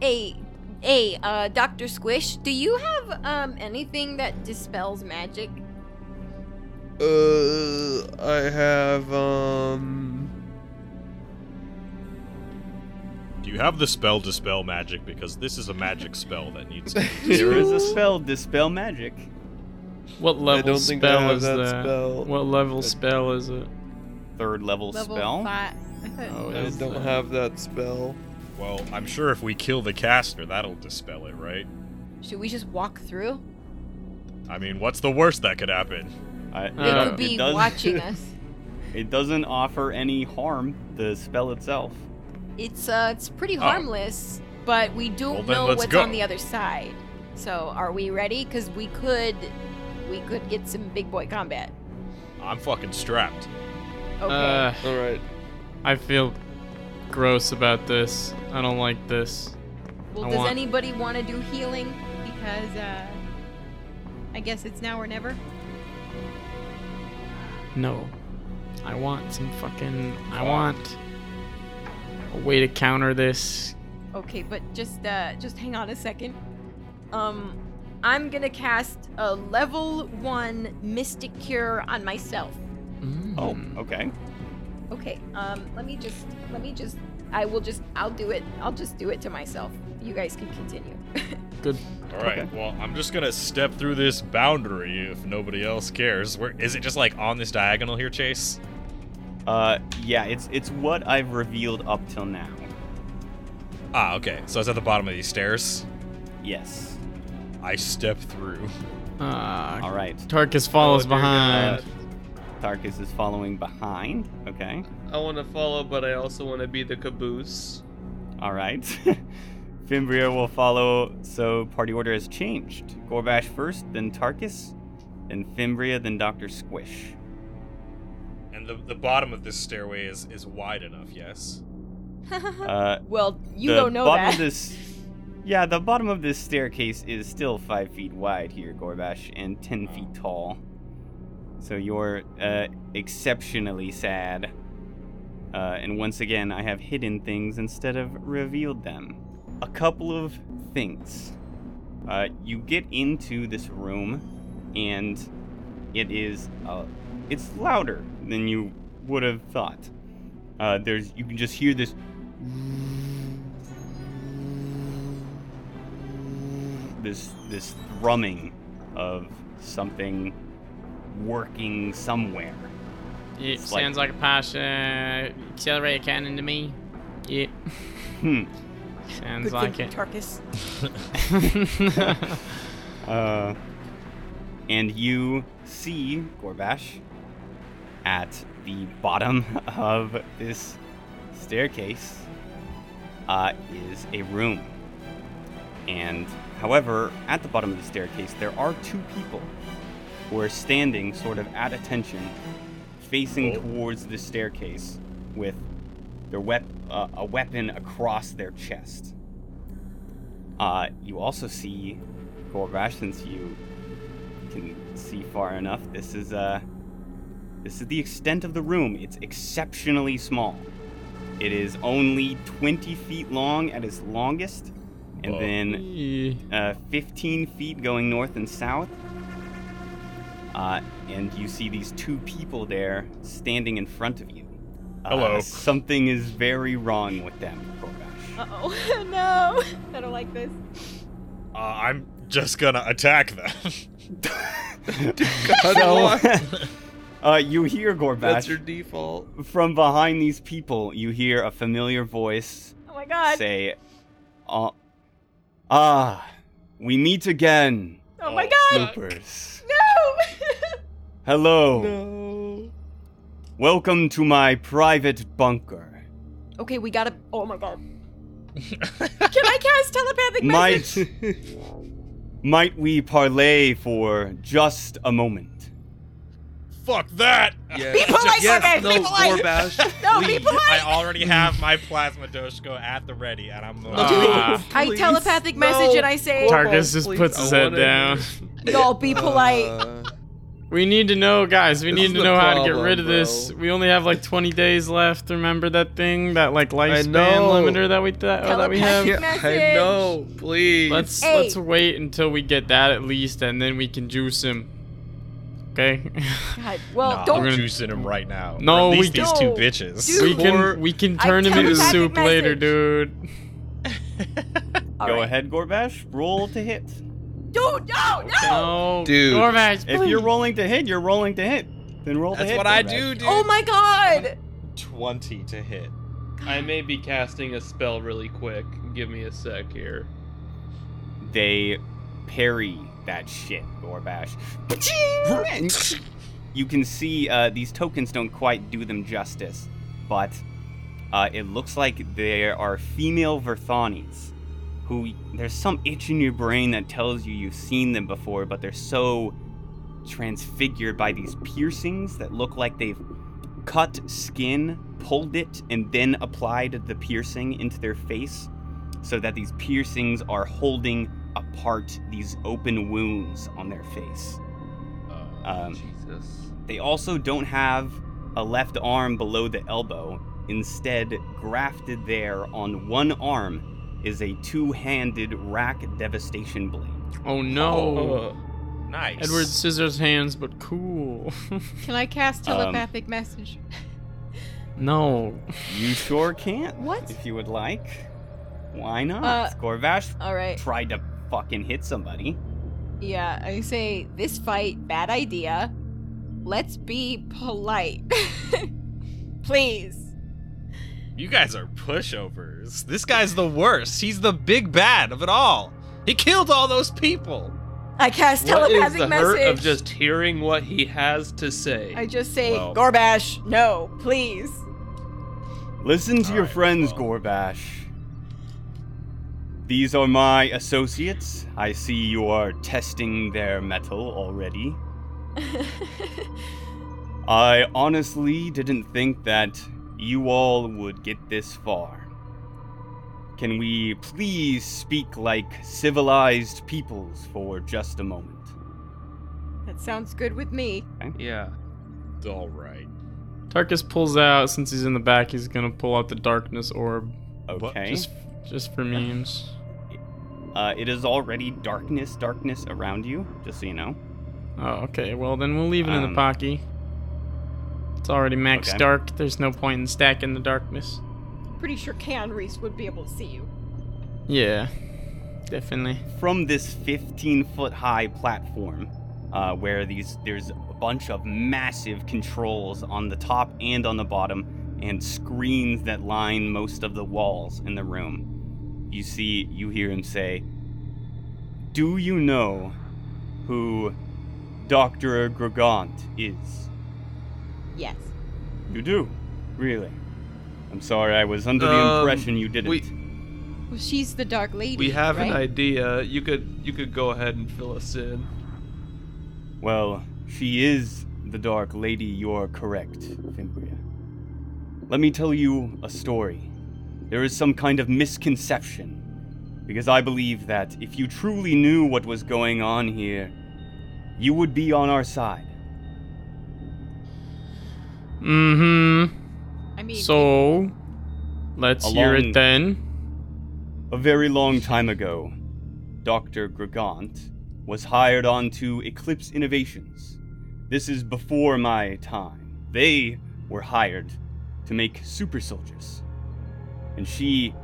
S2: Hey, hey, uh Dr. Squish, do you have um anything that dispels magic?
S5: Uh, I have um.
S6: Do you have the spell dispel magic? Because this is a magic spell that
S2: [LAUGHS]
S6: needs.
S3: There is a spell, dispel magic.
S1: What level
S5: don't
S1: spell
S5: think I have
S1: is
S5: that
S1: that?
S5: spell.
S1: What level spell is it?
S3: Third level,
S2: Level
S3: spell.
S2: five. I thought-
S1: Oh,
S5: I
S1: it's
S5: don't
S1: the-
S5: have that spell.
S6: well, I'm sure if we kill the caster, that'll dispel it, right?
S2: Should we just walk through?
S6: I mean, what's the worst that could happen?
S3: Uh,
S1: Uh,
S2: It'll be
S3: it, does, [LAUGHS]
S2: watching us.
S3: it doesn't offer any harm. The spell itself.
S2: It's uh, it's pretty harmless, but we
S6: Oh. Well,
S2: don't
S6: then
S2: know
S6: let's
S2: what's
S6: go.
S2: on the other side. So, are we ready? Because we could, we could get some big boy combat.
S6: I'm fucking strapped.
S2: Okay.
S1: Uh,
S5: All right.
S1: I feel gross about this. I don't like this.
S2: well,
S1: I
S2: does
S1: want-
S2: anybody want to do healing? because uh, I guess it's now or never.
S1: No. I want some fucking. I want a way to counter this.
S2: Okay, but just uh, just hang on a second. Um, I'm gonna cast a level one Mystic Cure on myself.
S3: Oh,
S1: Mm.
S3: okay.
S2: Okay. Um, let me just let me just. I will just. I'll do it. I'll just do it to myself. You guys can continue. [LAUGHS]
S6: All right. Well, I'm just gonna step through this boundary if nobody else cares. Where is it? Just like on this diagonal here, Chase.
S3: Uh, yeah, it's it's what I've revealed up till now.
S6: Ah, okay. So it's at the bottom of these stairs.
S3: Yes.
S6: I step through. [LAUGHS]
S1: Uh,
S3: All right.
S1: Tarkus follows
S7: Oh, dear
S1: behind.
S7: God.
S3: Tarkus is following behind. Okay.
S7: I want to follow, but I also want to be the
S1: [LAUGHS]
S7: caboose.
S3: All right. [LAUGHS] Fimbria will follow. So party order has changed. Gorbash first, then Tarkus, then Fimbria, then Doctor Squish.
S6: And the, the bottom of this stairway is is wide enough. Yes.
S3: Uh,
S2: well, you
S3: the
S2: don't know
S3: bottom
S2: that.
S3: Of this, yeah, the bottom of this staircase is still five feet wide here, Gorbash, and ten feet tall. So you're uh, exceptionally sad. Uh, and once again, I have hidden things instead of revealed them. A couple of things. Uh, you get into this room, and it is uh, it's louder than you would have thought. Uh, there's you can just hear this this this thrumming of something working somewhere.
S1: It
S3: It's like-
S1: sounds like, a passion. Accelerator cannon to me. Yeah.
S3: Hmm.
S1: Sounds
S2: [LAUGHS] Good
S1: like
S2: thinking,
S1: it.
S2: Tarkus.
S3: Uh, and you see Gorbash at the bottom [LAUGHS] of this staircase uh, is a room. And however, at the bottom of the staircase, there are two people who are standing sort of at attention, facing towards the staircase with their wep- uh, a weapon across their chest. Uh, you also see Gorbash, since you can see far enough. This is uh, this is the extent of the room. It's exceptionally small. It is only 20 feet long at its longest, and
S6: Whoa.
S3: then
S1: Yeah.
S3: uh, 15 feet going north and south. Uh, and you see these two people there standing in front of you. Uh,
S6: Hello.
S3: Something is very wrong with them, Gorbash.
S2: Uh oh. [LAUGHS] no. I don't like this.
S6: Uh, I'm just gonna attack them. [LAUGHS]
S5: Uh,
S3: [LAUGHS] so,
S5: [LAUGHS]
S3: [LAUGHS] uh, you
S7: That's your
S3: hear Gorbash
S7: default.
S3: from behind these people. You hear a familiar voice
S2: Oh my god.
S3: say, "Ah, ah, we meet again,
S2: oh my god.
S3: Loopers.
S2: No.
S3: Hello,
S7: No.
S3: welcome to my private bunker.
S2: [LAUGHS] okay, we gotta. Oh my god. Can I cast telepathic message?
S4: [LAUGHS]
S3: Might, might we parlay for just a moment?"
S6: Fuck that!
S7: Yeah.
S2: [LAUGHS] Be polite,
S7: Yes,
S2: Gorbash,
S7: no,
S2: be polite.
S7: Gorbash.
S2: [LAUGHS] No, be
S7: please.
S2: polite.
S6: I already have my plasma doshko at the ready, and I'm.
S5: Uh,
S7: Ah.
S2: I
S7: Please,
S2: telepathic
S7: no.
S2: message and I say,
S7: Gorbash,
S1: [LAUGHS] Tarkus just
S7: please,
S1: puts
S7: I
S1: his head
S7: wanna
S1: down.
S7: hear-
S2: y'all be polite.
S7: Uh,
S1: We need to know, guys. We
S7: This is
S1: need to
S7: the
S1: know how to get
S7: problem,
S1: rid of this.
S7: bro.
S1: We only have like 20 days left. Remember that thing, that like lifespan
S7: know.
S1: limiter that we that, that we have.
S2: Telepathy.
S7: yeah, I
S2: Message.
S7: know. Please.
S1: Let's
S2: Hey.
S1: let's wait until we get that at least, and then we can juice him. Okay.
S2: God, well,
S6: Nah,
S2: don't.
S6: I'm juicing him right now.
S1: No,
S6: Or at least
S1: we-
S6: these two
S2: No,
S6: bitches.
S2: dude.
S1: we
S7: Or-
S1: can we can
S2: I
S1: turn him into
S2: telepathic
S1: soup later,
S2: message.
S1: dude.
S2: All
S3: Go
S2: right.
S3: ahead, Gorbash. Roll to hit.
S2: Dude, no, no.
S1: No,
S7: Dude.
S1: Gorbash,
S3: If
S1: please.
S3: you're rolling to hit, you're rolling to hit. Then roll to
S4: That's
S3: hit.
S4: what I
S3: Gorbash.
S4: do, dude.
S2: Oh my god.
S4: 20 to hit.
S7: I may be casting a spell really quick. Give me a sec here.
S3: they parry that shit, Gorbash. Paching! you can see uh, these tokens don't quite do them justice, but uh, it looks like there are female Verthanis who there's some itch in your brain that tells you you've seen them before, but they're so transfigured by these piercings that look like they've cut skin, pulled it, and then applied the piercing into their face so that these piercings are holding a apart these open wounds on their face.
S7: Oh,
S3: Um,
S5: Jesus.
S3: They also don't have a left arm below the elbow. Instead, grafted there on one arm is a two handed rack devastation blade.
S1: Oh
S5: Uh,
S1: no.
S6: Nice.
S1: Edward Scissors hands, but cool. [LAUGHS]
S2: Can I cast
S3: Um,
S2: telepathic message?
S1: no.
S3: You sure can't.
S2: What?
S3: If you would like. Why not?
S2: Uh,
S3: Corvash
S2: All right.
S3: tried to fucking hit somebody.
S2: Yeah, I say this fight, bad idea. Let's be polite. [LAUGHS] Please.
S6: You guys are pushovers. This guy's the worst. He's the big bad of it all. He killed all those people.
S2: I cast
S5: What is
S2: telepathic
S5: the
S2: message.
S5: hurt of just hearing what he has to say?
S2: I just say,
S6: Well-
S2: Gorbash, no, please.
S5: [LAUGHS]
S3: Listen to your
S6: Alright,
S3: friends,
S6: well.
S3: Gorbash. These are my associates. I see you are testing their mettle already. I honestly didn't think that you all would get this far. Can we please speak like civilized peoples for just a moment?
S2: that sounds good with me.
S5: yeah.
S6: All right.
S1: Tarkus pulls out since he's in the back. He's gonna pull out the darkness orb
S3: Okay.
S1: just just for memes.
S3: Uh, it is already darkness, darkness around you, just so you know.
S1: Oh, okay. Well, then we'll leave it in
S3: Um,
S1: the pocky. It's already max
S3: okay.
S1: dark. There's no point in stacking the darkness.
S2: Pretty sure Can Reese would be able to see you.
S1: Yeah, definitely.
S3: from this 15 foot high platform uh, where these there's a bunch of massive controls on the top and on the bottom and screens that line most of the walls in the room you see you hear him say do you know who dr Grigant is
S2: Yes.
S3: you do really i'm sorry i was under the
S5: Um,
S3: impression you didn't
S5: we-
S2: Well, she's the Dark Lady.
S5: We have an
S2: right?
S5: idea. You could you could go ahead and fill us in.
S3: Well, she is the Dark Lady, you're correct, Fimbria. Let me tell you a story. There is some kind of misconception, because I believe that if you truly knew what was going on here, you would be on our side.
S1: Mm-hmm.
S2: I mean,
S1: So, let's hear
S3: Along-
S1: it then.
S3: A very long time ago, Dr. Gregant was hired on to Eclipse Innovations. This is before my time. They were hired to make super soldiers. And she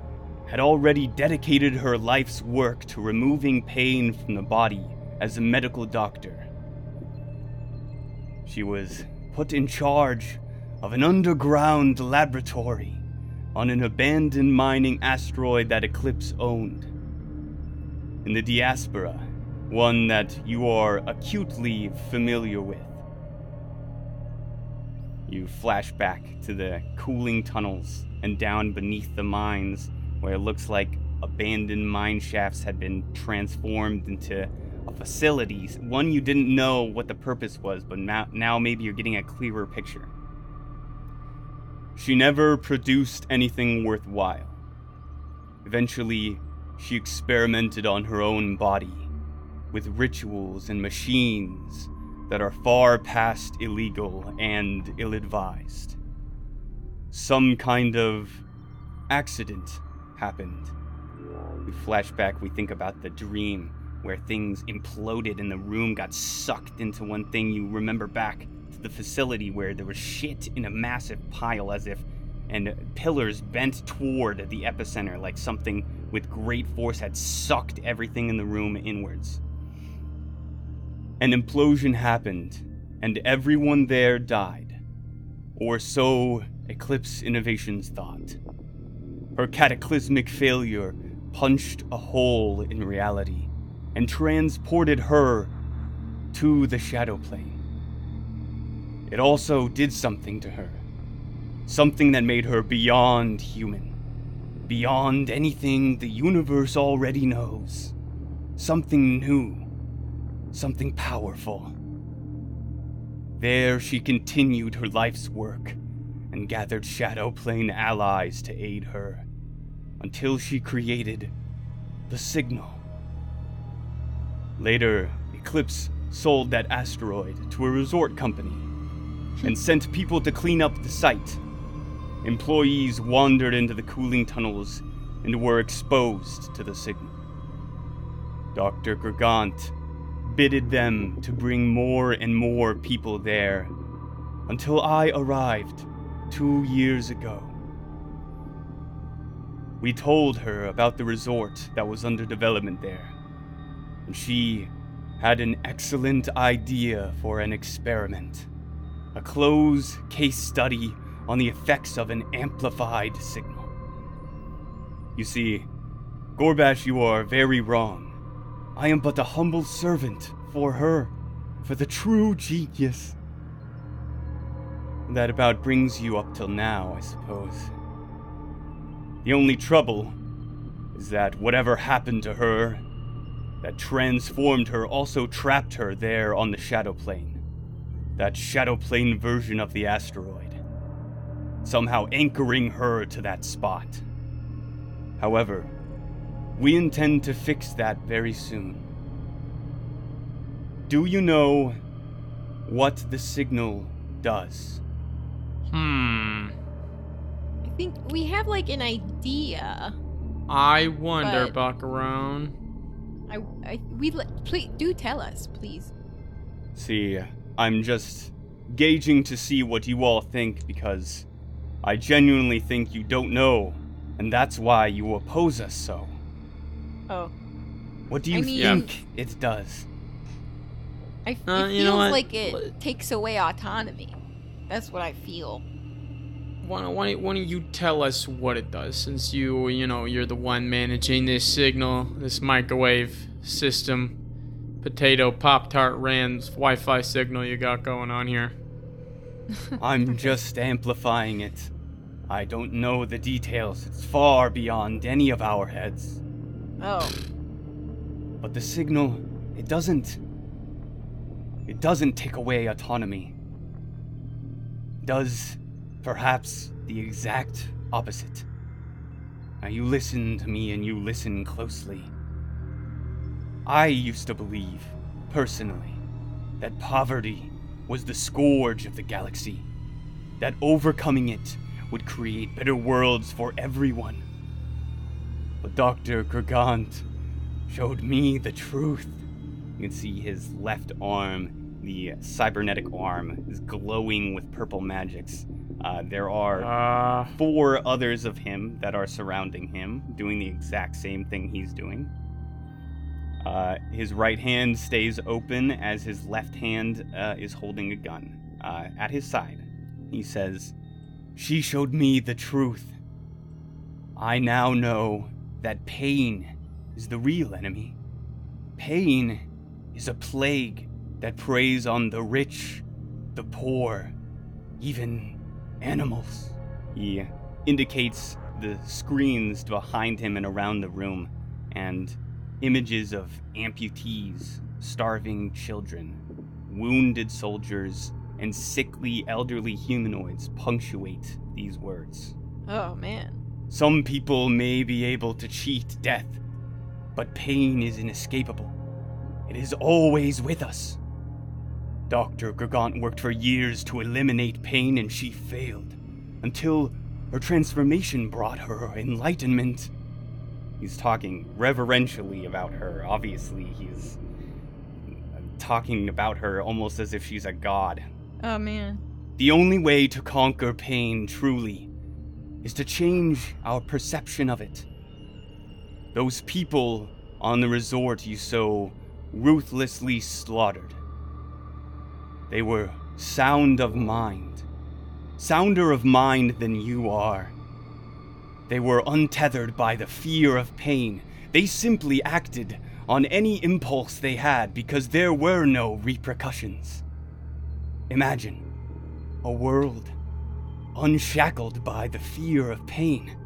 S3: had already dedicated her life's work to removing pain from the body as a medical doctor. She was put in charge of an underground laboratory on an abandoned mining asteroid that Eclipse owned. In the diaspora, one that you are acutely familiar with. You flash back to the cooling tunnels and down beneath the mines, where it looks like abandoned mine shafts had been transformed into a facility, one you didn't know what the purpose was, but now, now maybe you're getting a clearer picture. She never produced anything worthwhile. Eventually, she experimented on her own body with rituals and machines that are far past illegal and ill advised. Some kind of accident happened. We flash back, we think about the dream where things imploded and the room got sucked into one thing. You remember back to the facility where there was shit in a massive pile as if and pillars bent toward the epicenter like something with great force had sucked everything in the room inwards. An implosion happened and everyone there died. Or so Eclipse Innovations thought. Her cataclysmic failure punched a hole in reality and transported her to the Shadow Plane. It also did something to her. Something that made her beyond human. Beyond anything the universe already knows. Something new. Something powerful. There she continued her life's work and gathered Shadow Plane allies to aid her until she created the signal. Later, Eclipse sold that asteroid to a resort company and sent people to clean up the site. Employees wandered into the cooling tunnels and were exposed to the signal. Dr. Gargant bidded them to bring more and more people there until I arrived two years ago. We told her about the resort that was under development there, and she had an excellent idea for an experiment a closed case study on the effects of an amplified signal. You see, Gorbash, you are very wrong. I am but a humble servant for her, for the true genius. That about brings you up till now, I suppose. The only trouble is that whatever happened to her, that transformed her, also trapped her there on the Shadow Plane. That Shadow Plane version of the asteroid. Somehow anchoring her to that spot. However, we intend to fix that very soon. Do you know what the signal does?
S5: Hmm.
S2: I think we have like an idea.
S1: I wonder,
S2: But-
S1: Buckaroo.
S2: I, I we li- please do tell us, please.
S3: See, I'm just gauging to see what you all think because I genuinely think you don't know, and that's why you oppose us so.
S2: Oh,
S3: What do
S2: I
S3: you
S2: mean-
S3: think it does?
S2: I f-
S1: Uh,
S2: it
S1: you know
S2: feels
S1: what?
S2: like it
S1: Let-
S2: takes away autonomy. That's what I feel.
S1: Why don't, why, don't- why don't you tell us what it does, since you you know you're the one managing this signal, this microwave system, potato pop tart Rand's Wi-Fi signal you got going on here.
S3: I'm just amplifying it. I don't know the details, it's far beyond any of our heads.
S2: Oh,
S3: But the signal, it doesn't. It doesn't take away autonomy. Does perhaps the exact opposite. Now you listen to me and you listen closely. I used to believe, personally, that poverty was the scourge of the galaxy, that overcoming it would create better worlds for everyone. But Dr. Gregant showed me the truth. You can see his left arm, the cybernetic arm, is glowing with purple magics. Uh, there are
S1: Uh,
S3: four others of him that are surrounding him, doing the exact same thing he's doing. Uh, his right hand stays open as his left hand uh, is holding a gun uh, at his side. He says, She showed me the truth. I now know that pain is the real enemy. Pain is a plague that preys on the rich, the poor, even animals. He indicates the screens behind him and around the room, and images of amputees, starving children, wounded soldiers, and sickly elderly humanoids punctuate these words.
S2: oh man.
S3: Some people may be able to cheat death, but pain is inescapable. It is always with us. Dr. Gargant worked for years to eliminate pain and she failed, until her transformation brought her enlightenment. He's talking reverentially about her. Obviously, he's talking about her almost as if she's a god.
S2: Oh man.
S3: The only way to conquer pain truly is to change our perception of it. Those people on the resort you so ruthlessly slaughtered, they were sound of mind, sounder of mind than you are. They were untethered by the fear of pain. They simply acted on any impulse they had because there were no repercussions. Imagine a world unshackled by the fear of pain.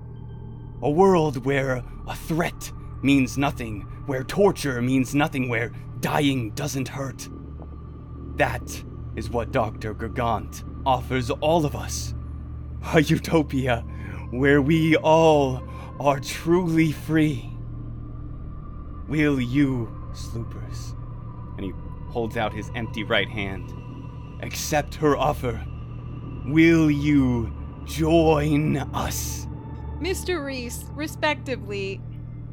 S3: A world where a threat means nothing, where torture means nothing, where dying doesn't hurt. That is what Dr. Gargant offers all of us a utopia where we all are truly free. Will you, Sloopers, holds out his empty right hand. Accept her offer. Will you join us?
S2: Mr. Reese, respectively,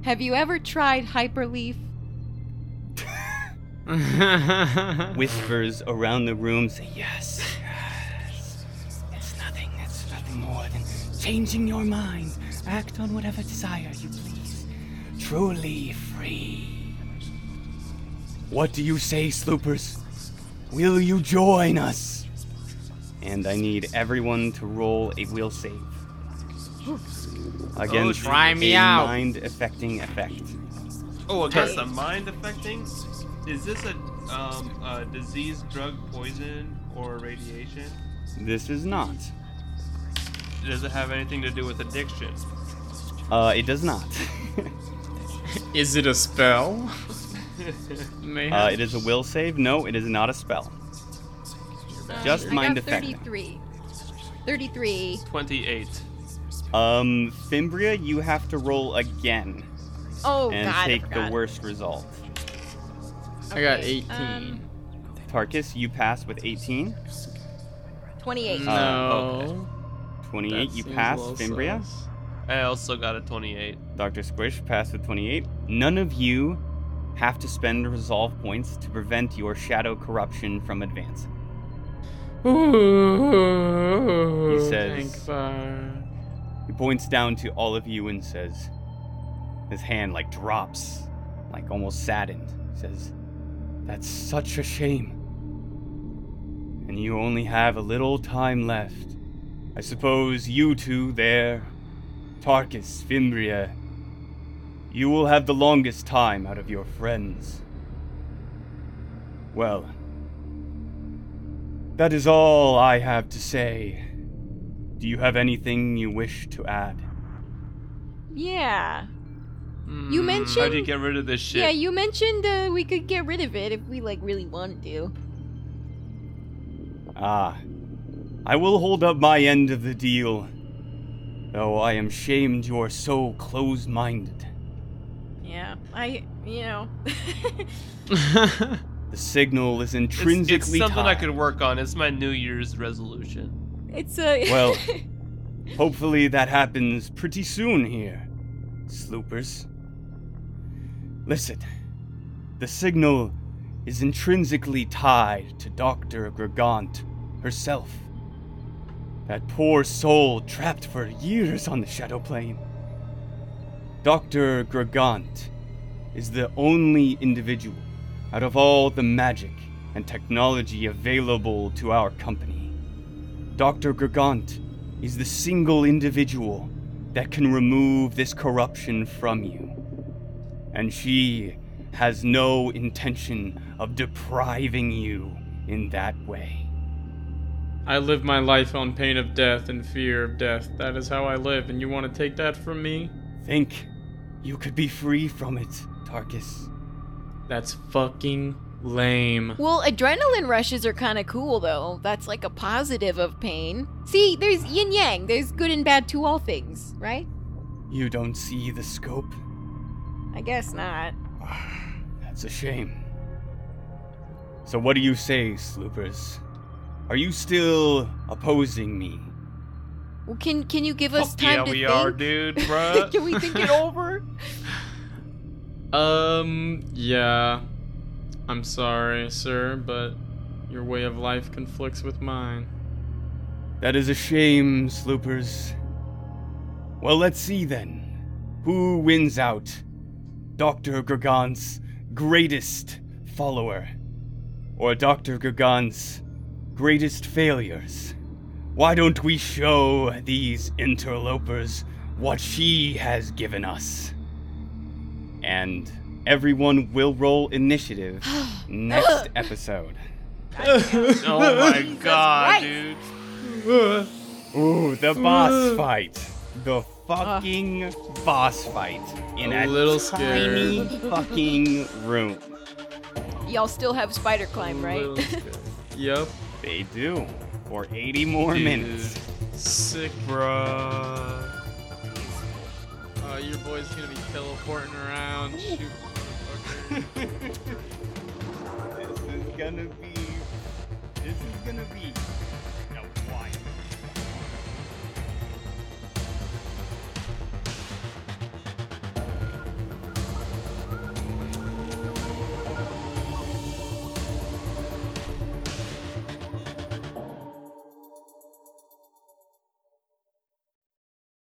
S2: have you ever tried Hyperleaf?
S3: Whispers around the room say yes. yes. It's nothing. It's nothing more than changing your mind. Act on whatever desire you please. Truly free. What do you say, Sloopers? Will you join us? And I need everyone to roll a will save. Again,
S1: Oh, try me
S3: a
S1: out.
S3: mind affecting effect.
S5: Oh, I
S2: Hey.
S5: guess the mind affecting. Is this a um a disease, drug, poison, or radiation?
S3: This is not.
S5: Does it have anything to do with addiction?
S3: Uh, it does not. [LAUGHS]
S1: Is it a spell?
S3: uh, it is a will save. No, it is not a spell. Just
S2: I
S3: mind
S2: got
S3: affecting.
S2: 33. 33.
S5: Twenty-eight.
S3: Um, Fimbria, you have to roll again
S2: Oh,
S3: and
S2: God. I
S3: take the
S2: forgot.
S3: worst result.
S1: I got
S2: Okay,
S1: 18.
S2: um,
S3: Tarkus, you pass with 18.
S2: 28.
S1: no.
S3: Uh,
S1: that
S3: 28, you
S1: seems
S3: pass.
S1: well
S3: Fimbria.
S1: sus.
S5: I also got a twenty-eight.
S3: Dr. Squish passed with 28. None of you have to spend resolve points to prevent your shadow corruption from advancing.
S1: Ooh,
S3: says-
S1: Oh, thank God.
S3: He points down to all of you and says, his hand like drops, like almost saddened. He says, That's such a shame. And you only have a little time left. I suppose you two there, Tarkus, Fimbria, you will have the longest time out of your friends. Well, that is all I have to say. Do you have anything you wish to add?
S2: Yeah. You
S5: Hmm.
S1: Mm,
S2: mentioned.
S5: How'd you get rid of this shit? [LAUGHS]
S2: Yeah, you mentioned uh, we could get rid of it if we like really wanted to.
S3: Ah, I will hold up my end of the deal. Though I am shamed you are so close minded.
S2: Yeah, I, you know, [LAUGHS]
S3: The signal is
S5: It's-
S3: intrinsically
S5: it's, something I
S3: tied.
S5: could work on. It's my New Year's resolution.
S2: it's a [LAUGHS]
S3: Well, hopefully that happens pretty soon here, Sloopers. Listen, the signal is intrinsically tied to Dr. Gregant herself. That poor soul trapped for years on the Shadow Plane. Dr. Gregant is the only individual out of all the magic and technology available to our company Dr. Gregant is the single individual that can remove this corruption from you. And she has no intention of depriving you in that way.
S1: I live my life on pain of death and fear of death. That is how I live, and you want to take that from me?
S3: Think you could be free from it, Tarkus.
S1: That's fucking lame.
S2: well, adrenaline rushes are kind of cool though. That's like a positive of pain. See, there's yin yang. There's good and bad to all things, right?
S3: You don't see the scope. [SIGHS]
S2: I guess not.
S3: That's a shame. So, what do you say, Sloopers? Are you still opposing me?
S2: Well, can can you give us
S5: Fuck
S2: time
S5: yeah,
S2: to
S5: we
S2: think? [LAUGHS]
S5: are, dude, bruh.
S2: can we think it over?
S1: Um, yeah. I'm sorry, sir, but your way of life conflicts with mine.
S3: That is a shame, Sloopers. Well, let's see then. Who wins out? Dr. Gargant's greatest follower, or Dr. Gargant's greatest failures? Why don't we show these interlopers what she has given us? And everyone will roll initiative next episode.
S5: Oh
S2: [LAUGHS]
S5: my
S2: Jesus
S5: god,
S2: Christ.
S5: dude.
S3: Ooh, the boss fight. The fucking boss fight in
S1: A
S3: a
S1: little
S3: tiny fucking room.
S2: Y'all still have spider climb, right? [LAUGHS]
S1: yep.
S3: They do. For 80 more
S5: Dude.
S1: [LAUGHS]
S3: minutes.
S1: Sick.
S5: Bruh.
S1: Uh, your boy's gonna be teleporting around. Shoot.
S3: This is gonna be. This is gonna be